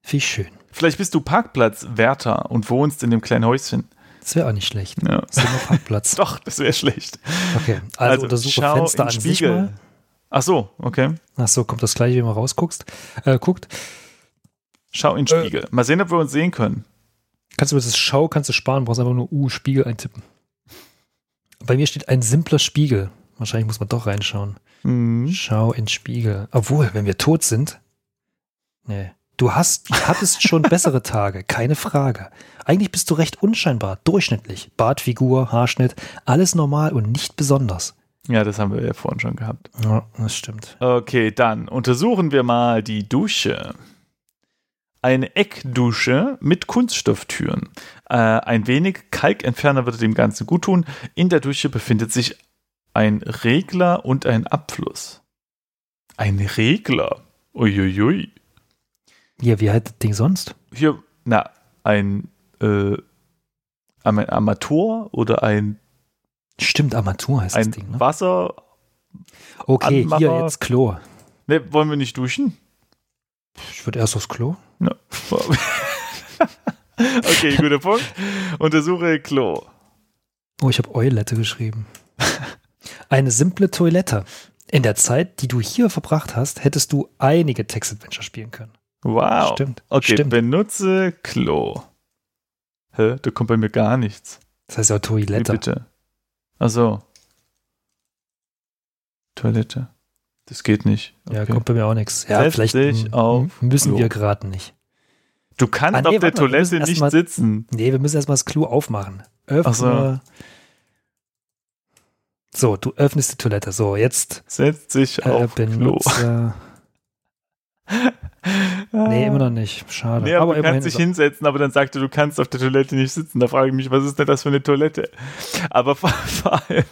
Wie schön.
Vielleicht bist du Parkplatzwärter und wohnst in dem kleinen Häuschen.
Das wäre auch nicht schlecht.
Ja.
Das ist
[laughs]
immer Parkplatz.
Doch, das wäre schlecht.
Okay, also,
Also,
untersuche
schau
Fenster
in
an sich
Spiegel.
mal.
Ach so, okay.
Ach so, kommt das gleiche, wenn man rausguckt. Äh, guckt.
Schau in den
Äh.
Spiegel. Mal sehen, ob wir uns sehen können.
Kannst du das Schau, kannst du sparen, brauchst einfach nur U, Spiegel eintippen. Bei mir steht ein simpler Spiegel. Wahrscheinlich muss man doch reinschauen.
Hm.
Schau in Spiegel. Obwohl, wenn wir tot sind. Nee. Du hast, hattest schon bessere Tage, keine Frage. Eigentlich bist du recht unscheinbar, durchschnittlich. Bartfigur, Haarschnitt, alles normal und nicht besonders.
Ja, das haben wir ja vorhin schon gehabt.
Ja, das stimmt.
Okay, dann untersuchen wir mal die Dusche. Eine Eckdusche mit Kunststofftüren. Äh, ein wenig Kalkentferner würde dem Ganzen gut tun. In der Dusche befindet sich ein Regler und ein Abfluss. Ein Regler? Uiuiui.
Ja, wie halt das Ding sonst?
hier, na, ein, äh, am- ein Amateur oder ein,
Stimmt, Armatur heißt
ein
das Ding, ne?
Wasser.
Okay, hier
Anmacher.
jetzt Klo.
Ne, wollen wir nicht duschen?
Ich würde erst aufs Klo.
Ne. [laughs] okay, guter Punkt. Untersuche Klo.
Oh, ich habe Eulette geschrieben. [laughs] Eine simple Toilette. In der Zeit, die du hier verbracht hast, hättest du einige Text-Adventure spielen können.
Wow.
Stimmt.
Okay,
Stimmt.
benutze Klo. Hä? Da kommt bei mir gar nichts.
Das heißt ja
Wie
Toilette.
bitte? Also. Toilette. Das geht nicht.
Ja,
Okay.
kommt bei mir auch nichts. Ja,
Setz
vielleicht
dich
m-
auf
müssen
Klo.
wir gerade nicht.
Du kannst
Ah, nee,
auf der
warte mal, wir müssen
Toilette
erst
nicht
mal-
sitzen.
Nee, wir müssen erstmal das Klo aufmachen. Öffne.
Ach so.
So, du öffnest die Toilette. So, jetzt
Setz dich
äh,
auf Klo. [laughs]
benutze. Nee, immer noch nicht. Schade.
Nee, aber,
aber
du
immerhin.
kannst dich
Ist
hinsetzen, aber dann sagte, du kannst auf der Toilette nicht sitzen. Da frage ich mich, was ist denn das für eine Toilette? Aber vor, [laughs] vor allem,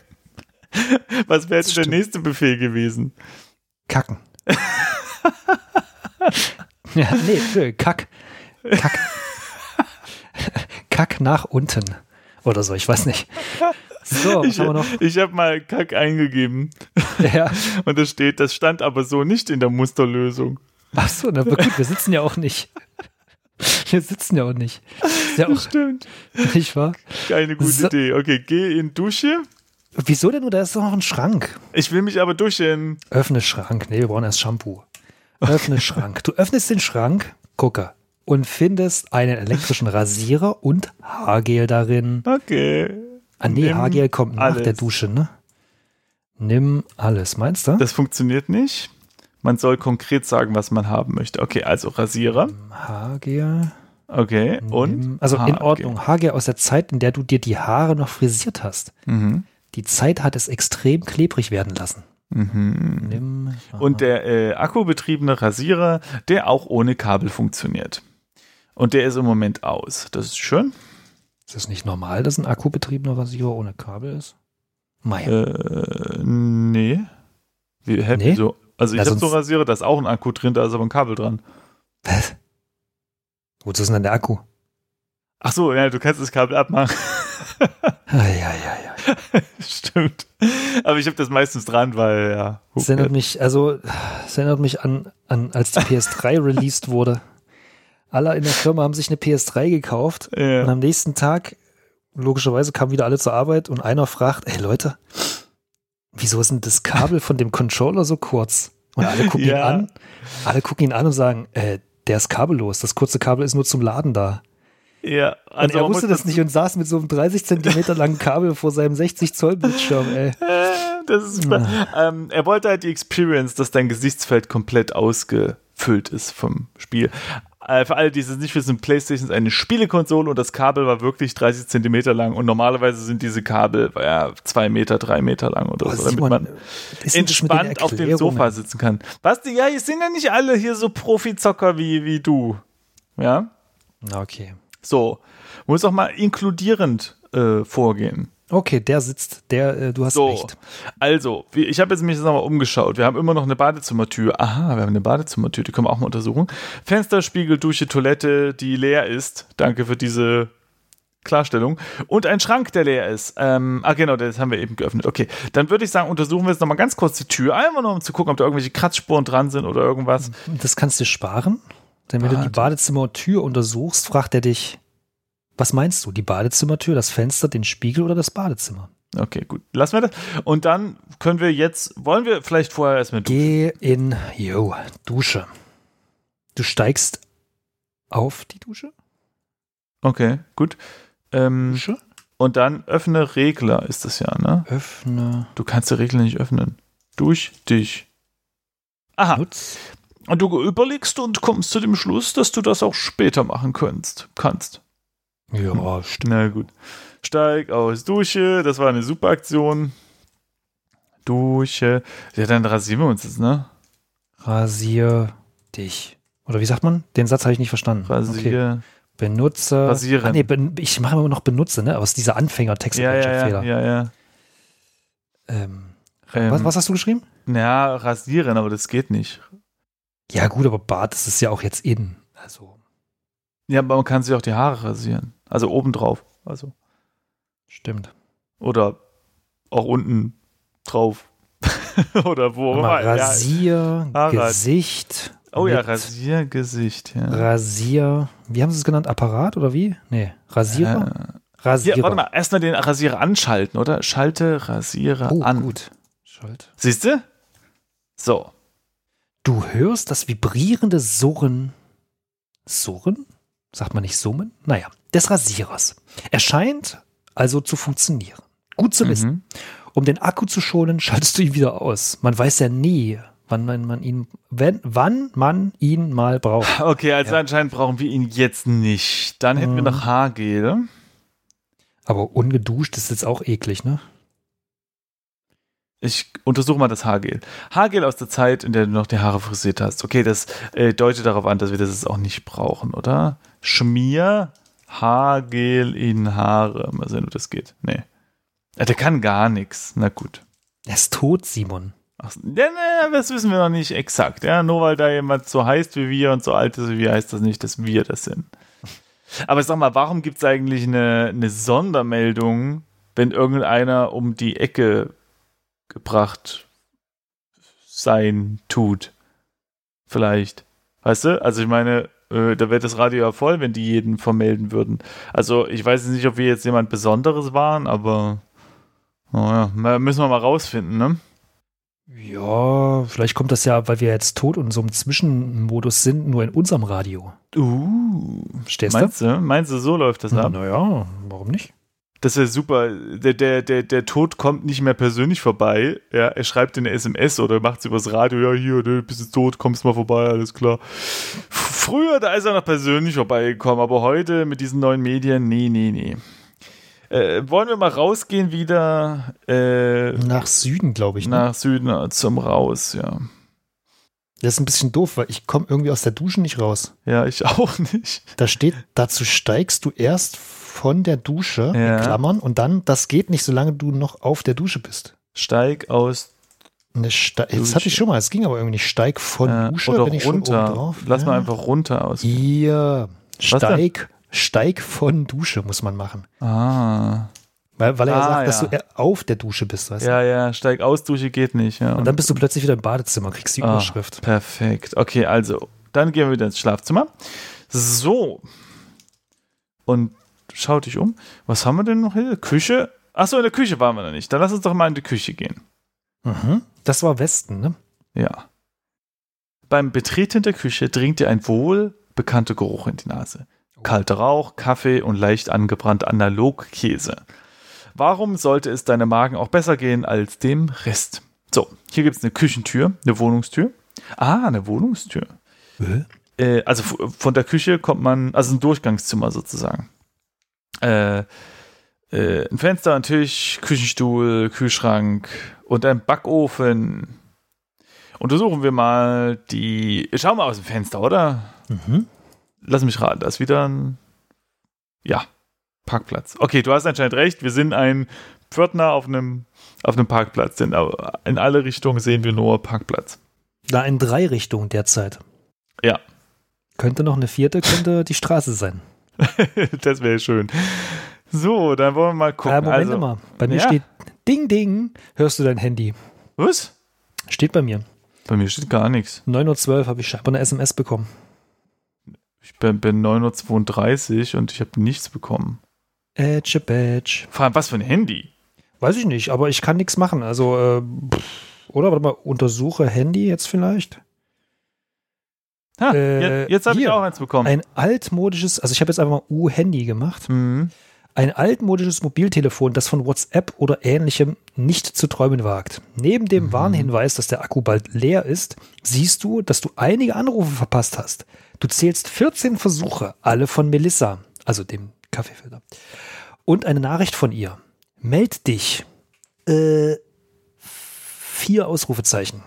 was wäre
Das
denn der
stimmt.
nächste Befehl gewesen? [laughs]
Kacken. ja, nee, nö, Kack.
[laughs]
Kack. Kack nach unten. Oder so, ich weiß nicht. So, was
ich
haben wir noch?
ich habe mal Kack eingegeben
Ja.
und das steht, das stand aber so nicht in der Musterlösung.
Achso, na aber gut, wir sitzen ja auch nicht. Wir sitzen ja auch nicht. Ist ja auch
Stimmt.
nicht wahr?
Keine gute
So.
Idee. Okay, geh in Dusche.
Wieso denn nur? Da ist doch noch ein Schrank.
Ich will mich aber duschen.
Öffne Schrank. Nee, wir brauchen erst Shampoo. Öffne Schrank. Du öffnest den Schrank, gucke, und findest einen elektrischen Rasierer und Haargel darin.
Okay.
Ah, nee,
Nimm
Haargel kommt nach
alles.
der Dusche, ne? Nimm alles, meinst du?
Das funktioniert nicht. Man soll konkret sagen, was man haben möchte. Okay, also Rasierer.
Haargel.
Okay, und?
nimm- Also in
Haargel.
Ordnung. Haargel aus der Zeit, in der du dir die Haare noch frisiert hast.
Mhm.
Die Zeit hat es extrem klebrig werden lassen.
Mhm.
Nimm.
Und der äh, akkubetriebene Rasierer, der auch ohne Kabel funktioniert. Und der ist im Moment aus. Das ist schön.
Ist es nicht normal, dass ein akkubetriebener Rasierer ohne Kabel ist? Mei.
Äh, nee. Wie, hä,
Nee?
wieso? Also ich
Na,
habe
sonst-
so einen Rasierer, da ist auch ein Akku drin, da ist aber ein Kabel dran.
Was? Wozu ist denn der Akku?
Ach so, ja, du kannst das Kabel abmachen. [laughs]
Ah, ja, ja, ja.
Stimmt. Aber ich habe das meistens dran, weil ja. who
Das erinnert
cares?
mich, also, das erinnert mich an, an als die PS3 [laughs] released wurde. Alle in der Firma haben sich eine PS3 gekauft und
Ja.
am nächsten Tag, logischerweise, kamen wieder alle zur Arbeit und einer fragt, ey Leute, wieso ist denn das Kabel von dem Controller so kurz? Und alle gucken
Ja.
ihn an, alle gucken ihn an und sagen, äh, der ist kabellos, das kurze Kabel ist nur zum Laden da.
ja.
Und
Also
er
man muss
wusste das nicht und saß mit so einem 30 Zentimeter langen Kabel vor seinem 60 Zoll Bildschirm, ey.
Äh, Das ist, ähm, er wollte halt die Experience, dass dein Gesichtsfeld komplett ausgefüllt ist vom Spiel. Äh, für alle, die es nicht wissen, PlayStation ist eine Spielekonsole und das Kabel war wirklich 30 Zentimeter lang und normalerweise sind diese Kabel ja, zwei Meter, drei Meter lang oder
Boah,
so, Also damit
Simon,
man
ist denn das mit den
entspannt auf dem
Erklärungen?
Sofa sitzen kann. Was? die- Ja, es sind ja nicht alle hier so Profizocker wie, wie du. Ja?
Na, okay.
So. Muss auch mal inkludierend äh, vorgehen.
Okay, der sitzt, der, äh, du hast
So,
recht.
also, wir- ich habe jetzt mich jetzt nochmal umgeschaut. Wir haben immer noch eine Badezimmertür. Aha, wir haben eine Badezimmertür, die können wir auch mal untersuchen. Fenster, Spiegel, Dusche, Toilette, die leer ist. Danke für diese Klarstellung. Und ein Schrank, der leer ist. Ähm, ah, genau, das haben wir eben geöffnet. Okay, dann würde ich sagen, untersuchen wir jetzt nochmal ganz kurz die Tür. Einfach nur, um zu gucken, ob da irgendwelche Kratzspuren dran sind oder irgendwas.
Das kannst du sparen, denn wenn du
Warte.
die Badezimmertür untersuchst, fragt er dich, was meinst du, die Badezimmertür, das Fenster, den Spiegel oder das Badezimmer?
Okay, gut. Lassen wir das. Und dann können wir jetzt, wollen wir vielleicht vorher erstmal du.
Geh in, yo, Dusche. Du steigst auf die Dusche?
Okay, gut. Ähm,
Dusche?
und dann öffne Regler, ist das ja, ne?
Öffne,
Du kannst die Regel nicht öffnen. Durch dich. Aha,
nutz.
und du überlegst und kommst zu dem Schluss, dass du das auch später machen kannst. Kannst.
Ja, stimmt.
Na gut. Steig aus, Dusche. Das war eine super Aktion. Dusche. Ja, dann rasieren wir uns jetzt, ne?
Rasier dich. Oder wie sagt man? Den Satz habe ich nicht verstanden. Okay.
Rasier.
Benutze.
Rasieren.
Ah, nee, ben, ich mache immer noch benutze, ne? Aus dieser Anfängertext.
Ja, ja, ja, ja, ja.
Ähm,
Ähm,
was, was hast du geschrieben?
Ja, rasieren, aber das geht nicht.
Ja, gut, aber Bart das ist ja auch jetzt in. Also,
Ja, aber man kann sich auch die Haare rasieren. Also obendrauf. Also.
stimmt.
Oder auch unten drauf. [laughs] Oder wo auch
Mal
immer. Ja,
Rasier,
Fahrrad.
Gesicht.
Oh ja,
mit
Rasiergesicht, ja.
Rasier. Wie haben sie es genannt? Apparat oder wie? Nee. Rasierer?
Ja,
Rasierer.
warte mal, erstmal den Rasierer anschalten, oder? Schalte Rasierer
Oh,
an.
gut. Schuld.
Siehst du? So.
Du hörst das vibrierende Surren. Surren? Sagt man nicht Summen? Naja, des Rasierers. Er scheint also zu funktionieren. Gut zu
Mhm.
wissen. Um den Akku zu schonen, schaltest du ihn wieder aus. Man weiß ja nie, wann man, man ihn, wenn, wann man ihn mal braucht.
Okay, also
Ja.
anscheinend brauchen wir ihn jetzt nicht. Dann hätten wir
Mhm.
noch Haargel.
Aber ungeduscht ist jetzt auch eklig, ne?
Ich untersuche mal das Haargel. Haargel aus der Zeit, in der du noch die Haare frisiert hast. Okay, das äh, deutet darauf an, dass wir das jetzt auch nicht brauchen, oder? Schmier Haargel in Haare. Mal sehen, ob das geht. Nee. Ah, Der kann gar nichts. Na gut.
Er ist tot, Simon.
Ach, nee, nee, das wissen wir noch nicht exakt. Ja? Nur weil da jemand so heißt wie wir und so alt ist wie wir, heißt das nicht, dass wir das sind. Aber sag mal, warum gibt es eigentlich eine, eine Sondermeldung, wenn irgendeiner um die Ecke gebracht sein tut? Vielleicht. Weißt du? Also ich meine, äh, da wäre das Radio ja voll, wenn die jeden vermelden würden. Also ich weiß jetzt nicht, ob wir jetzt jemand Besonderes waren, aber naja, mal- müssen wir mal rausfinden, ne?
Ja, vielleicht kommt das ja, weil wir jetzt tot und so im Zwischenmodus sind, nur in unserem Radio.
Uh,
Verstehst du?
meinst du? Meinst du, so läuft das
Mhm.
ab?
Naja, warum nicht?
Das wäre super. Der, der, der, der Tod kommt nicht mehr persönlich vorbei. Ja, er schreibt in der SMS oder macht es übers Radio. Ja, hier, du bist jetzt tot, kommst mal vorbei, alles klar. F- Früher, da ist er noch persönlich vorbeigekommen, aber heute mit diesen neuen Medien, nee, nee, nee. Äh, wollen wir mal rausgehen wieder äh,
Nach Süden, glaube ich. Ne?
nach Süden äh, zum Raus, ja.
Das ist ein bisschen doof, weil ich komme irgendwie aus der Dusche nicht raus.
Ja, ich [laughs] auch nicht.
Da steht, dazu steigst du erst von der Dusche,
Ja.
in Klammern, und dann, das geht nicht, solange du noch auf der Dusche bist.
Steig aus
Eine Ste
Dusche.
Das hatte ich schon mal, es ging aber irgendwie nicht. Steig von
äh,
Dusche,
oder
bin ich schon oben
runter.
drauf.
Lass mal
Ja.
einfach runter aus.
Hier,
Was denn?
Steig, Steig von Dusche muss man machen.
Ah.
Weil, weil er ja
Ah,
sagt, dass
ja.
du eher auf der Dusche bist, weißt
Ja, ja, steig aus, Dusche geht nicht. Ja.
du? Und dann bist du plötzlich wieder im Badezimmer, kriegst die
Ah,
Überschrift.
perfekt. Okay, also, dann gehen wir wieder ins Schlafzimmer. So. Und schau dich um. Was haben wir denn noch hier? Küche? Achso, in der Küche waren wir noch nicht. Dann lass uns doch mal in die Küche gehen.
Mhm. Das war Westen, ne?
Ja. Beim Betreten der Küche dringt dir ein wohlbekannter Geruch in die Nase. Kalter Rauch, Kaffee und leicht angebrannt Analogkäse. Warum sollte es deinem Magen auch besser gehen als dem Rest? So, hier gibt es eine Küchentür, eine Wohnungstür. Ah, eine Wohnungstür.
Hä?
Äh, also f- von der Küche kommt man, also ein Durchgangszimmer sozusagen. Äh, äh, ein Fenster, ein Tisch, Küchenstuhl, Kühlschrank und ein Backofen. Untersuchen wir mal die. Schauen wir aus dem Fenster, oder?
Mhm.
Lass mich raten, da ist wieder ein. Ja, Parkplatz. Okay, du hast anscheinend recht. Wir sind ein Pförtner auf einem, auf einem Parkplatz, denn au- in alle Richtungen sehen wir nur Parkplatz.
Na, in drei Richtungen derzeit.
Ja.
Könnte noch eine vierte, könnte [laughs] die Straße sein.
[laughs] das wäre schön. So, dann wollen wir mal gucken.
Äh, Moment
also,
mal. Bei mir
Ja.
steht Ding Ding, hörst du dein Handy.
Was?
Steht bei mir.
Bei mir steht gar nichts.
9.12 Uhr habe ich scheinbar eine SMS bekommen.
Ich bin, bin 9.32 Uhr und ich habe nichts bekommen.
Edge, Badge.
Vor allem, was für ein Handy?
Weiß ich nicht, aber ich kann nichts machen. Also, äh, pff, oder warte mal, untersuche Handy jetzt vielleicht.
Ha,
Äh,
je- jetzt habe ich
hier.
auch eins bekommen.
Ein altmodisches, also ich habe jetzt einfach mal U-Handy gemacht.
Mhm.
Ein altmodisches Mobiltelefon, das von WhatsApp oder ähnlichem nicht zu träumen wagt. Neben dem Warnhinweis, dass der Akku bald leer ist, siehst du, dass du einige Anrufe verpasst hast. Du zählst 14 Versuche, alle von Melissa, also dem Kaffeefilter. Und eine Nachricht von ihr. Meld dich. Äh, vier Ausrufezeichen.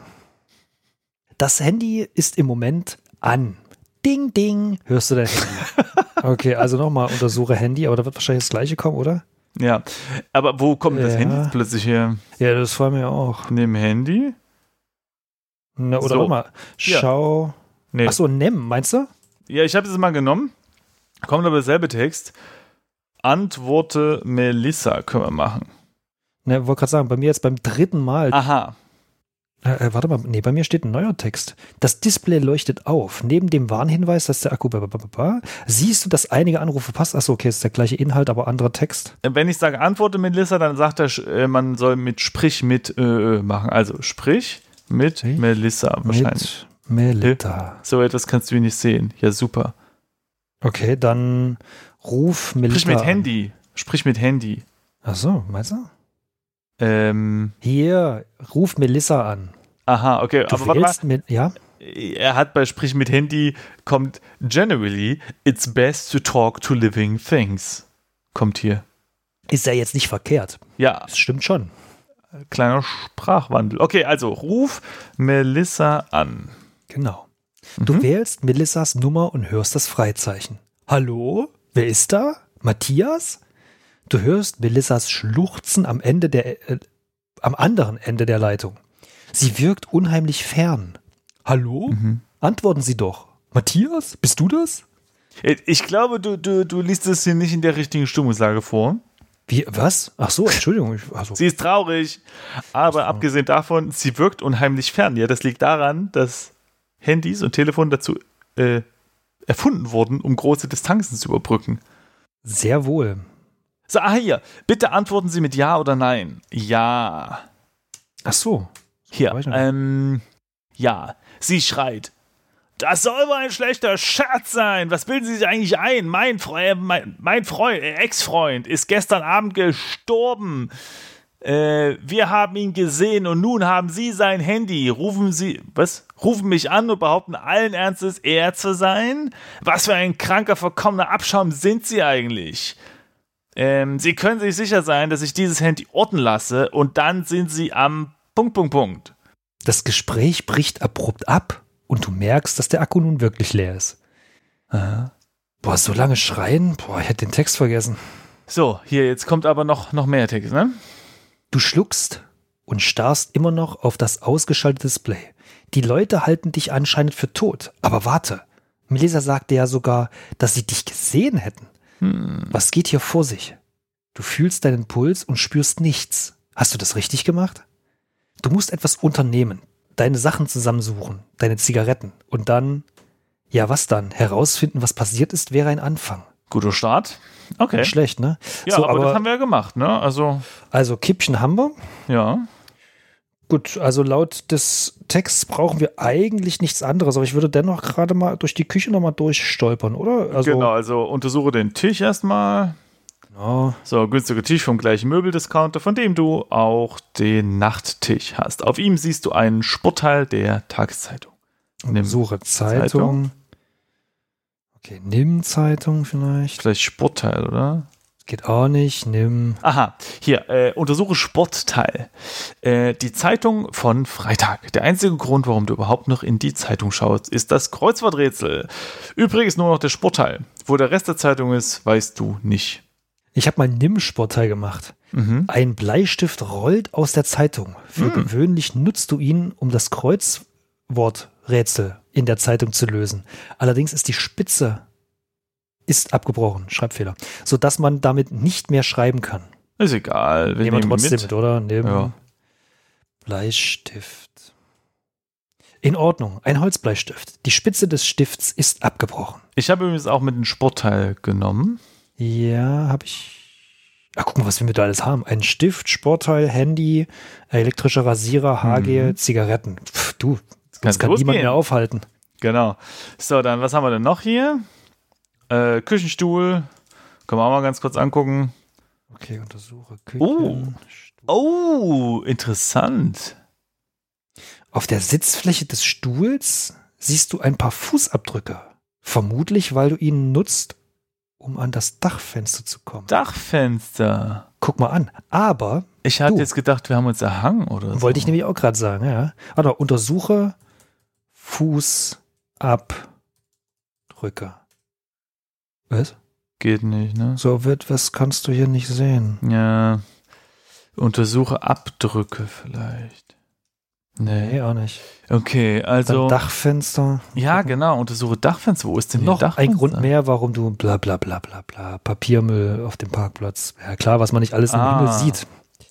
Das Handy ist im Moment an. Ding, ding, hörst du dein Handy. Okay, also nochmal untersuche Handy, aber da wird wahrscheinlich das gleiche kommen, oder?
Ja, aber wo kommt das
Ja.
Handy jetzt plötzlich her?
Ja, das freut mich auch.
Neben Handy?
Na, oder
So.
warte mal,
Ja.
schau.
Nee.
Ach so, NEM, meinst du?
Ja, ich habe es mal genommen. Kommt aber derselbe Text. Antworte Melissa können wir machen. Ah.
Ne, wollte gerade sagen, bei mir jetzt beim dritten Mal.
Aha.
Äh, äh, warte mal, nee, bei mir steht ein neuer Text. Das Display leuchtet auf. Neben dem Warnhinweis, dass der Akku. Blablabla, siehst du, dass einige Anrufe passt? Achso, okay, ist der gleiche Inhalt, aber anderer Text.
Wenn ich sage, antworte Melissa, dann sagt er, äh, man soll mit Sprich mit äh, machen. Also sprich mit
Sprich
Melissa wahrscheinlich.
Mit Melita.
So etwas kannst du hier nicht sehen. Ja, super.
Okay, dann ruf Melita.
Sprich mit
an.
Handy. Sprich mit Handy.
Achso, meinst du?
Ähm,
Hier, ruf Melissa an.
aha, okay.
Du
aber warte mal.
wählst mit, ja?
Er hat bei Sprich mit Handy kommt generally it's best to talk to living things. Kommt hier.
Ist ja jetzt nicht verkehrt.
Ja,
Das stimmt schon.
kleiner Sprachwandel. Okay, also ruf Melissa an.
Genau. Du wählst Melissas Nummer und hörst das Freizeichen. Hallo? Wer ist da? Matthias? Du hörst Melissas Schluchzen am Ende der äh, am anderen Ende der Leitung. Sie wirkt unheimlich fern. Hallo? Antworten Sie doch. Matthias, bist du das?
Äh, Ich glaube, du, du, du liest es hier nicht in der richtigen Stimmungslage vor.
Wie was? Ach so, Entschuldigung, ich, also,
Sie ist traurig. Aber abgesehen davon, sie wirkt unheimlich fern. Ja, das liegt daran, dass Handys und Telefone dazu äh, erfunden wurden, um große Distanzen zu überbrücken.
sehr wohl.
So, ah, hier. Bitte antworten Sie mit Ja oder Nein. Ja.
Ach so.
Hier,
Weiß ich nicht.
ähm, ja, sie schreit. Das soll wohl ein schlechter Scherz sein. Was bilden Sie sich eigentlich ein? Mein Freund, mein, mein Freund, äh, Ex-Freund ist gestern Abend gestorben. Äh, wir haben ihn gesehen und nun haben Sie sein Handy. Rufen Sie, was? Rufen mich an und behaupten allen Ernstes, er zu sein? Was für ein kranker, verkommener Abschaum sind Sie eigentlich? Ähm, Sie können sich sicher sein, dass ich dieses Handy orten lasse und dann sind Sie am Punkt, Punkt, Punkt.
Das Gespräch bricht abrupt ab und du merkst, dass der Akku nun wirklich leer ist. Aha. Boah, so lange schreien? Boah, ich hätte den Text vergessen.
So, hier, jetzt kommt aber noch, noch mehr Text, ne?
Du schluckst und starrst immer noch auf das ausgeschaltete Display. Die Leute halten dich anscheinend für tot. Aber warte, Melissa sagte ja sogar, dass sie dich gesehen hätten.
Hm.
Was geht hier vor sich? Du fühlst deinen Puls und spürst nichts. Hast du das richtig gemacht? Du musst etwas unternehmen, deine Sachen zusammensuchen, deine Zigaretten und dann, ja was dann, herausfinden, was passiert ist, wäre ein Anfang.
Guter Start. Okay.
Nicht schlecht, ne?
Ja,
so,
aber, das haben wir ja gemacht, ne? Also,
also Kippchen haben wir.
ja.
Gut, also laut des Texts brauchen wir eigentlich nichts anderes, aber ich würde dennoch gerade mal durch die Küche nochmal durchstolpern, oder? Also,
genau, also untersuche den Tisch erstmal.
genau.
So, günstiger Tisch vom gleichen Möbeldiscounter, von dem du auch den Nachttisch hast. Auf ihm siehst du einen Sportteil der Tageszeitung. Nimm
Suche Zeitung.
Zeitung.
Okay, nimm Zeitung vielleicht.
Vielleicht Sportteil, oder?
Geht auch nicht. Nimm.
Aha, hier, äh, untersuche Sportteil. Äh, die Zeitung von Freitag. Der einzige Grund, warum du überhaupt noch in die Zeitung schaust, ist das Kreuzworträtsel. Übrigens nur noch der Sportteil. Wo der Rest der Zeitung ist, weißt du nicht. Mhm.
Ich habe mal Nimm-Sportteil gemacht. Ein Bleistift rollt aus der Zeitung. Für gewöhnlich nutzt du ihn, um das Kreuzworträtsel in der Zeitung zu lösen. Allerdings ist die Spitze ist abgebrochen, Schreibfehler, sodass man damit nicht mehr schreiben kann.
Ist egal, wir
Nehmen wir
nehmen
trotzdem mit,
mit.
oder? Nehmen
Ja.
Bleistift. In Ordnung, ein Holzbleistift. Die Spitze des Stifts ist abgebrochen.
Ich habe übrigens auch mit dem Sportteil genommen.
Ja, habe ich. Ach, guck mal, was wir da alles haben. Ein Stift, Sportteil, Handy, elektrischer Rasierer, Haargel, Zigaretten. Pff, du,
kann's
das kann niemand
Mhm. losgehen.
mehr aufhalten.
Genau. So, dann, was haben wir denn noch hier? Äh, Küchenstuhl. Können wir auch mal ganz kurz angucken.
Okay, untersuche
Oh. Oh, interessant.
Auf der Sitzfläche des Stuhls siehst du ein paar Fußabdrücke. Vermutlich, weil du ihn nutzt, um an das Dachfenster zu kommen.
Dachfenster.
Guck mal an. Aber,
Ich hatte
Du.
jetzt gedacht, wir haben uns erhangen oder so.
wollte ich nämlich auch gerade sagen, ja. Also, untersuche Fußabdrücke. Was?
Geht nicht, ne?
So wird, was kannst du hier nicht sehen?
Ja. Untersuche Abdrücke vielleicht. Nee.
Nee, auch nicht.
Okay, also.
Dann Dachfenster.
ja, genau. Untersuche Dachfenster. Wo ist denn hier
Noch ein
Dachfenster?
Grund mehr, warum du bla bla bla bla bla Papiermüll auf dem Parkplatz. Ja klar, was man nicht alles im
Ah.
Himmel sieht.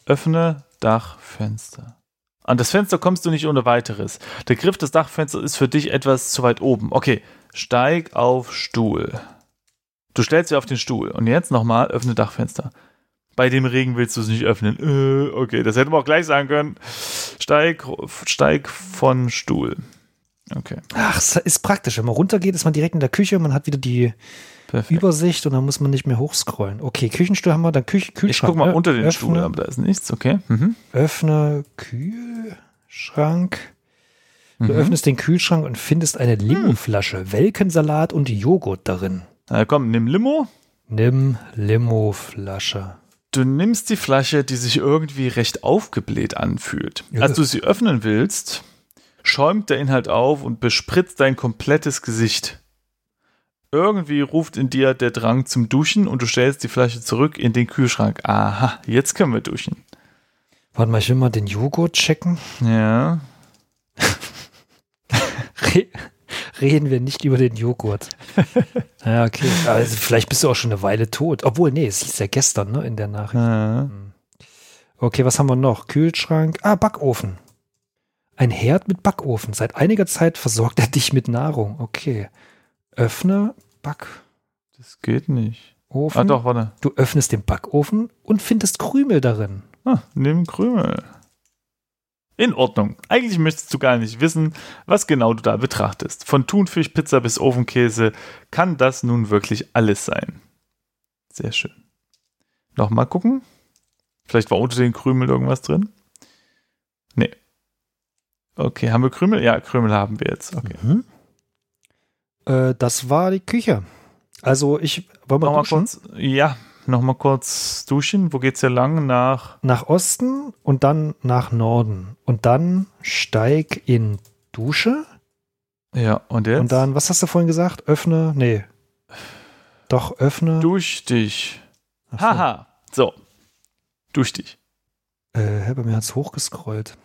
Öffne Dachfenster. An das Fenster kommst du nicht ohne weiteres. Der Griff des Dachfensters ist für dich etwas zu weit oben. Okay, steig auf Stuhl. Du stellst dich auf den Stuhl und jetzt nochmal öffne Dachfenster. Bei dem Regen willst du es nicht öffnen. Äh, okay, das hätten wir auch gleich sagen können. Steig, steig von Stuhl. Okay.
Ach, es ist praktisch. Wenn man runtergeht, ist man direkt in der Küche und man hat wieder die
Perfekt.
Übersicht und dann muss man nicht mehr hochscrollen. Okay, Küchenstuhl haben wir, dann Küche,
Ich
Kühlschrank.
guck mal
ne?
unter den
öffne,
Stuhl, aber da ist nichts. Okay. Mhm.
Öffne Kühlschrank. Du
Mhm.
öffnest den Kühlschrank und findest eine Limoflasche, Welkensalat und Joghurt darin.
Na, komm, nimm Limo.
Nimm Limoflasche.
Du nimmst die Flasche, die sich irgendwie recht aufgebläht anfühlt.
Ja.
Als du sie öffnen willst, schäumt der Inhalt auf und bespritzt dein komplettes Gesicht. Irgendwie ruft in dir der Drang zum Duschen und du stellst die Flasche zurück in den Kühlschrank. Aha, jetzt können wir duschen.
Warte mal, ich will mal den Joghurt checken.
Ja.
Re reden wir nicht über den Joghurt. ja, okay. Also vielleicht bist du auch schon eine Weile tot. Obwohl, nee, es hieß ja gestern, ne, in der Nachricht.
Äh.
Okay, was haben wir noch? Kühlschrank. Ah, Backofen. Ein Herd mit Backofen. Seit einiger Zeit versorgt er dich mit Nahrung. Okay. Öffne Backofen.
Das geht nicht. Ah doch, warte.
Du öffnest den Backofen und findest Krümel darin.
Ah, nimm Krümel. In Ordnung. Eigentlich möchtest du gar nicht wissen, was genau du da betrachtest. Von Thunfischpizza bis Ofenkäse kann das nun wirklich alles sein. Sehr schön. Nochmal gucken. Vielleicht war unter den Krümel irgendwas drin. Nee. Okay, haben wir Krümel? Ja, Krümel haben wir jetzt. Okay.
Mhm. Äh, das war die Küche. Also ich wollen wir
Nochmal
duschen?
kurz. Ja, nochmal kurz duschen. Wo geht's hier lang? Nach.
nach Osten und dann nach Norden. Und dann steig in Dusche.
Ja, und jetzt?
Und dann, was hast du vorhin gesagt? Öffne, nee. Doch, öffne.
Durch dich.
Ach so.
Haha. So. Durch dich.
Äh, hä, bei mir hat es hochgescrollt.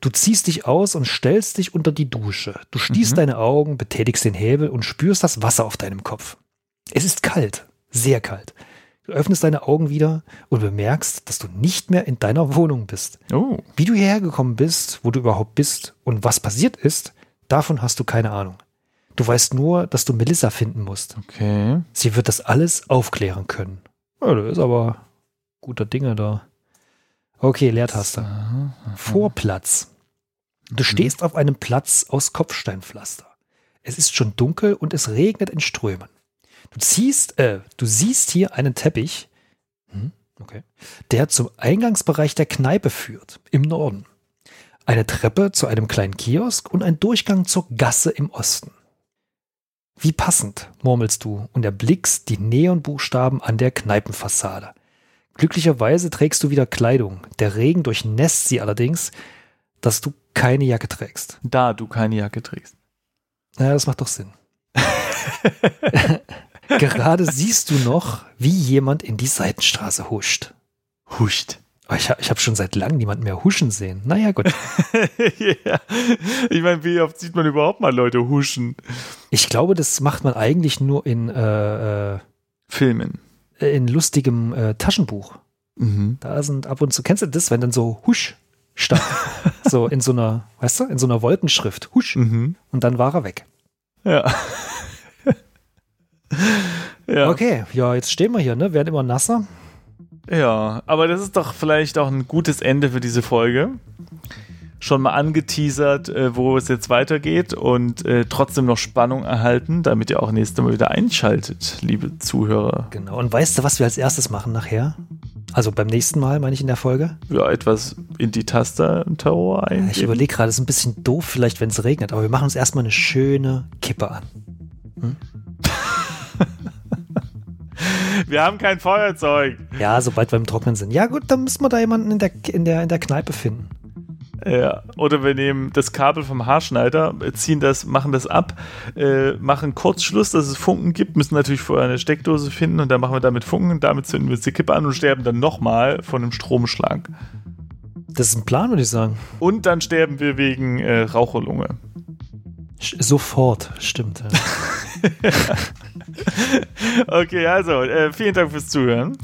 Du ziehst dich aus und stellst dich unter die Dusche. Du schließt
Mhm.
deine Augen, betätigst den Hebel und spürst das Wasser auf deinem Kopf. Es ist kalt, sehr kalt. Du öffnest deine Augen wieder und bemerkst, dass du nicht mehr in deiner Wohnung bist.
Oh.
Wie du hierher gekommen bist, wo du überhaupt bist und was passiert ist, davon hast du keine Ahnung. Du weißt nur, dass du Melissa finden musst.
Okay.
Sie wird das alles aufklären können. Ja, da ist aber guter Dinge da. Okay, Leertaste. Vorplatz. Du stehst auf einem Platz aus Kopfsteinpflaster. Es ist schon dunkel und es regnet in Strömen. Du ziehst, äh, du siehst hier einen Teppich, hm, okay, der zum Eingangsbereich der Kneipe führt, im Norden. Eine Treppe zu einem kleinen Kiosk und ein Durchgang zur Gasse im Osten. Wie passend, murmelst du und erblickst die Neonbuchstaben an der Kneipenfassade. Glücklicherweise trägst du wieder Kleidung. Der Regen durchnässt sie allerdings, dass du keine Jacke trägst.
Da du keine Jacke trägst.
Naja, das macht doch Sinn. Gerade siehst du noch, wie jemand in die Seitenstraße huscht.
Huscht.
Oh, ich ha- ich habe schon seit langem niemanden mehr huschen sehen. Naja, gut.
[laughs] ja. Ich meine, wie oft sieht man überhaupt mal Leute huschen?
Ich glaube, das macht man eigentlich nur in, äh, äh,
Filmen.
in lustigem äh, Taschenbuch.
Mhm.
Da sind ab und zu, kennst du das, wenn dann so husch stand? so in so einer, weißt du, in so einer Wolkenschrift. Husch.
Mhm.
Und dann war er weg.
Ja. [laughs] ja.
Okay, ja, jetzt stehen wir hier, ne? Werden immer nasser.
Ja, aber das ist doch vielleicht auch ein gutes Ende für diese Folge. Schon mal angeteasert, äh, wo es jetzt weitergeht und äh, trotzdem noch Spannung erhalten, damit ihr auch nächstes Mal wieder einschaltet, liebe Zuhörer.
Genau. Und weißt du, was wir als erstes machen nachher? Also beim nächsten Mal, meine ich in der Folge?
Ja, etwas in die Taste im Terror eingeben.
Ich überlege gerade, es ist ein bisschen doof vielleicht, wenn es regnet, aber wir machen uns erstmal eine schöne Kippe an.
Wir haben kein Feuerzeug.
Ja, sobald wir im Trocknen sind. Ja, gut, dann müssen wir da jemanden in der, in der, in der Kneipe finden.
Ja. Oder wir nehmen das Kabel vom Haarschneider, ziehen das, machen das ab, äh, machen Kurzschluss, dass es Funken gibt, müssen natürlich vorher eine Steckdose finden und dann machen wir damit Funken und damit zünden wir uns die Kippe an und sterben dann nochmal von einem Stromschlag.
Das ist ein Plan, würde ich sagen.
Und dann sterben wir wegen äh, Raucherlunge.
Sch- Sofort, stimmt. Ja.
Okay, also, äh, vielen Dank fürs Zuhören.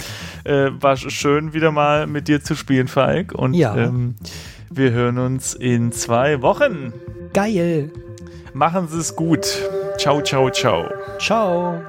Äh, war sch- schön, wieder mal mit dir zu spielen, Falk. Und
Ja.
ähm, Wir hören uns in zwei Wochen.
Geil.
Machen Sie es gut. Ciao, ciao, ciao.
Ciao.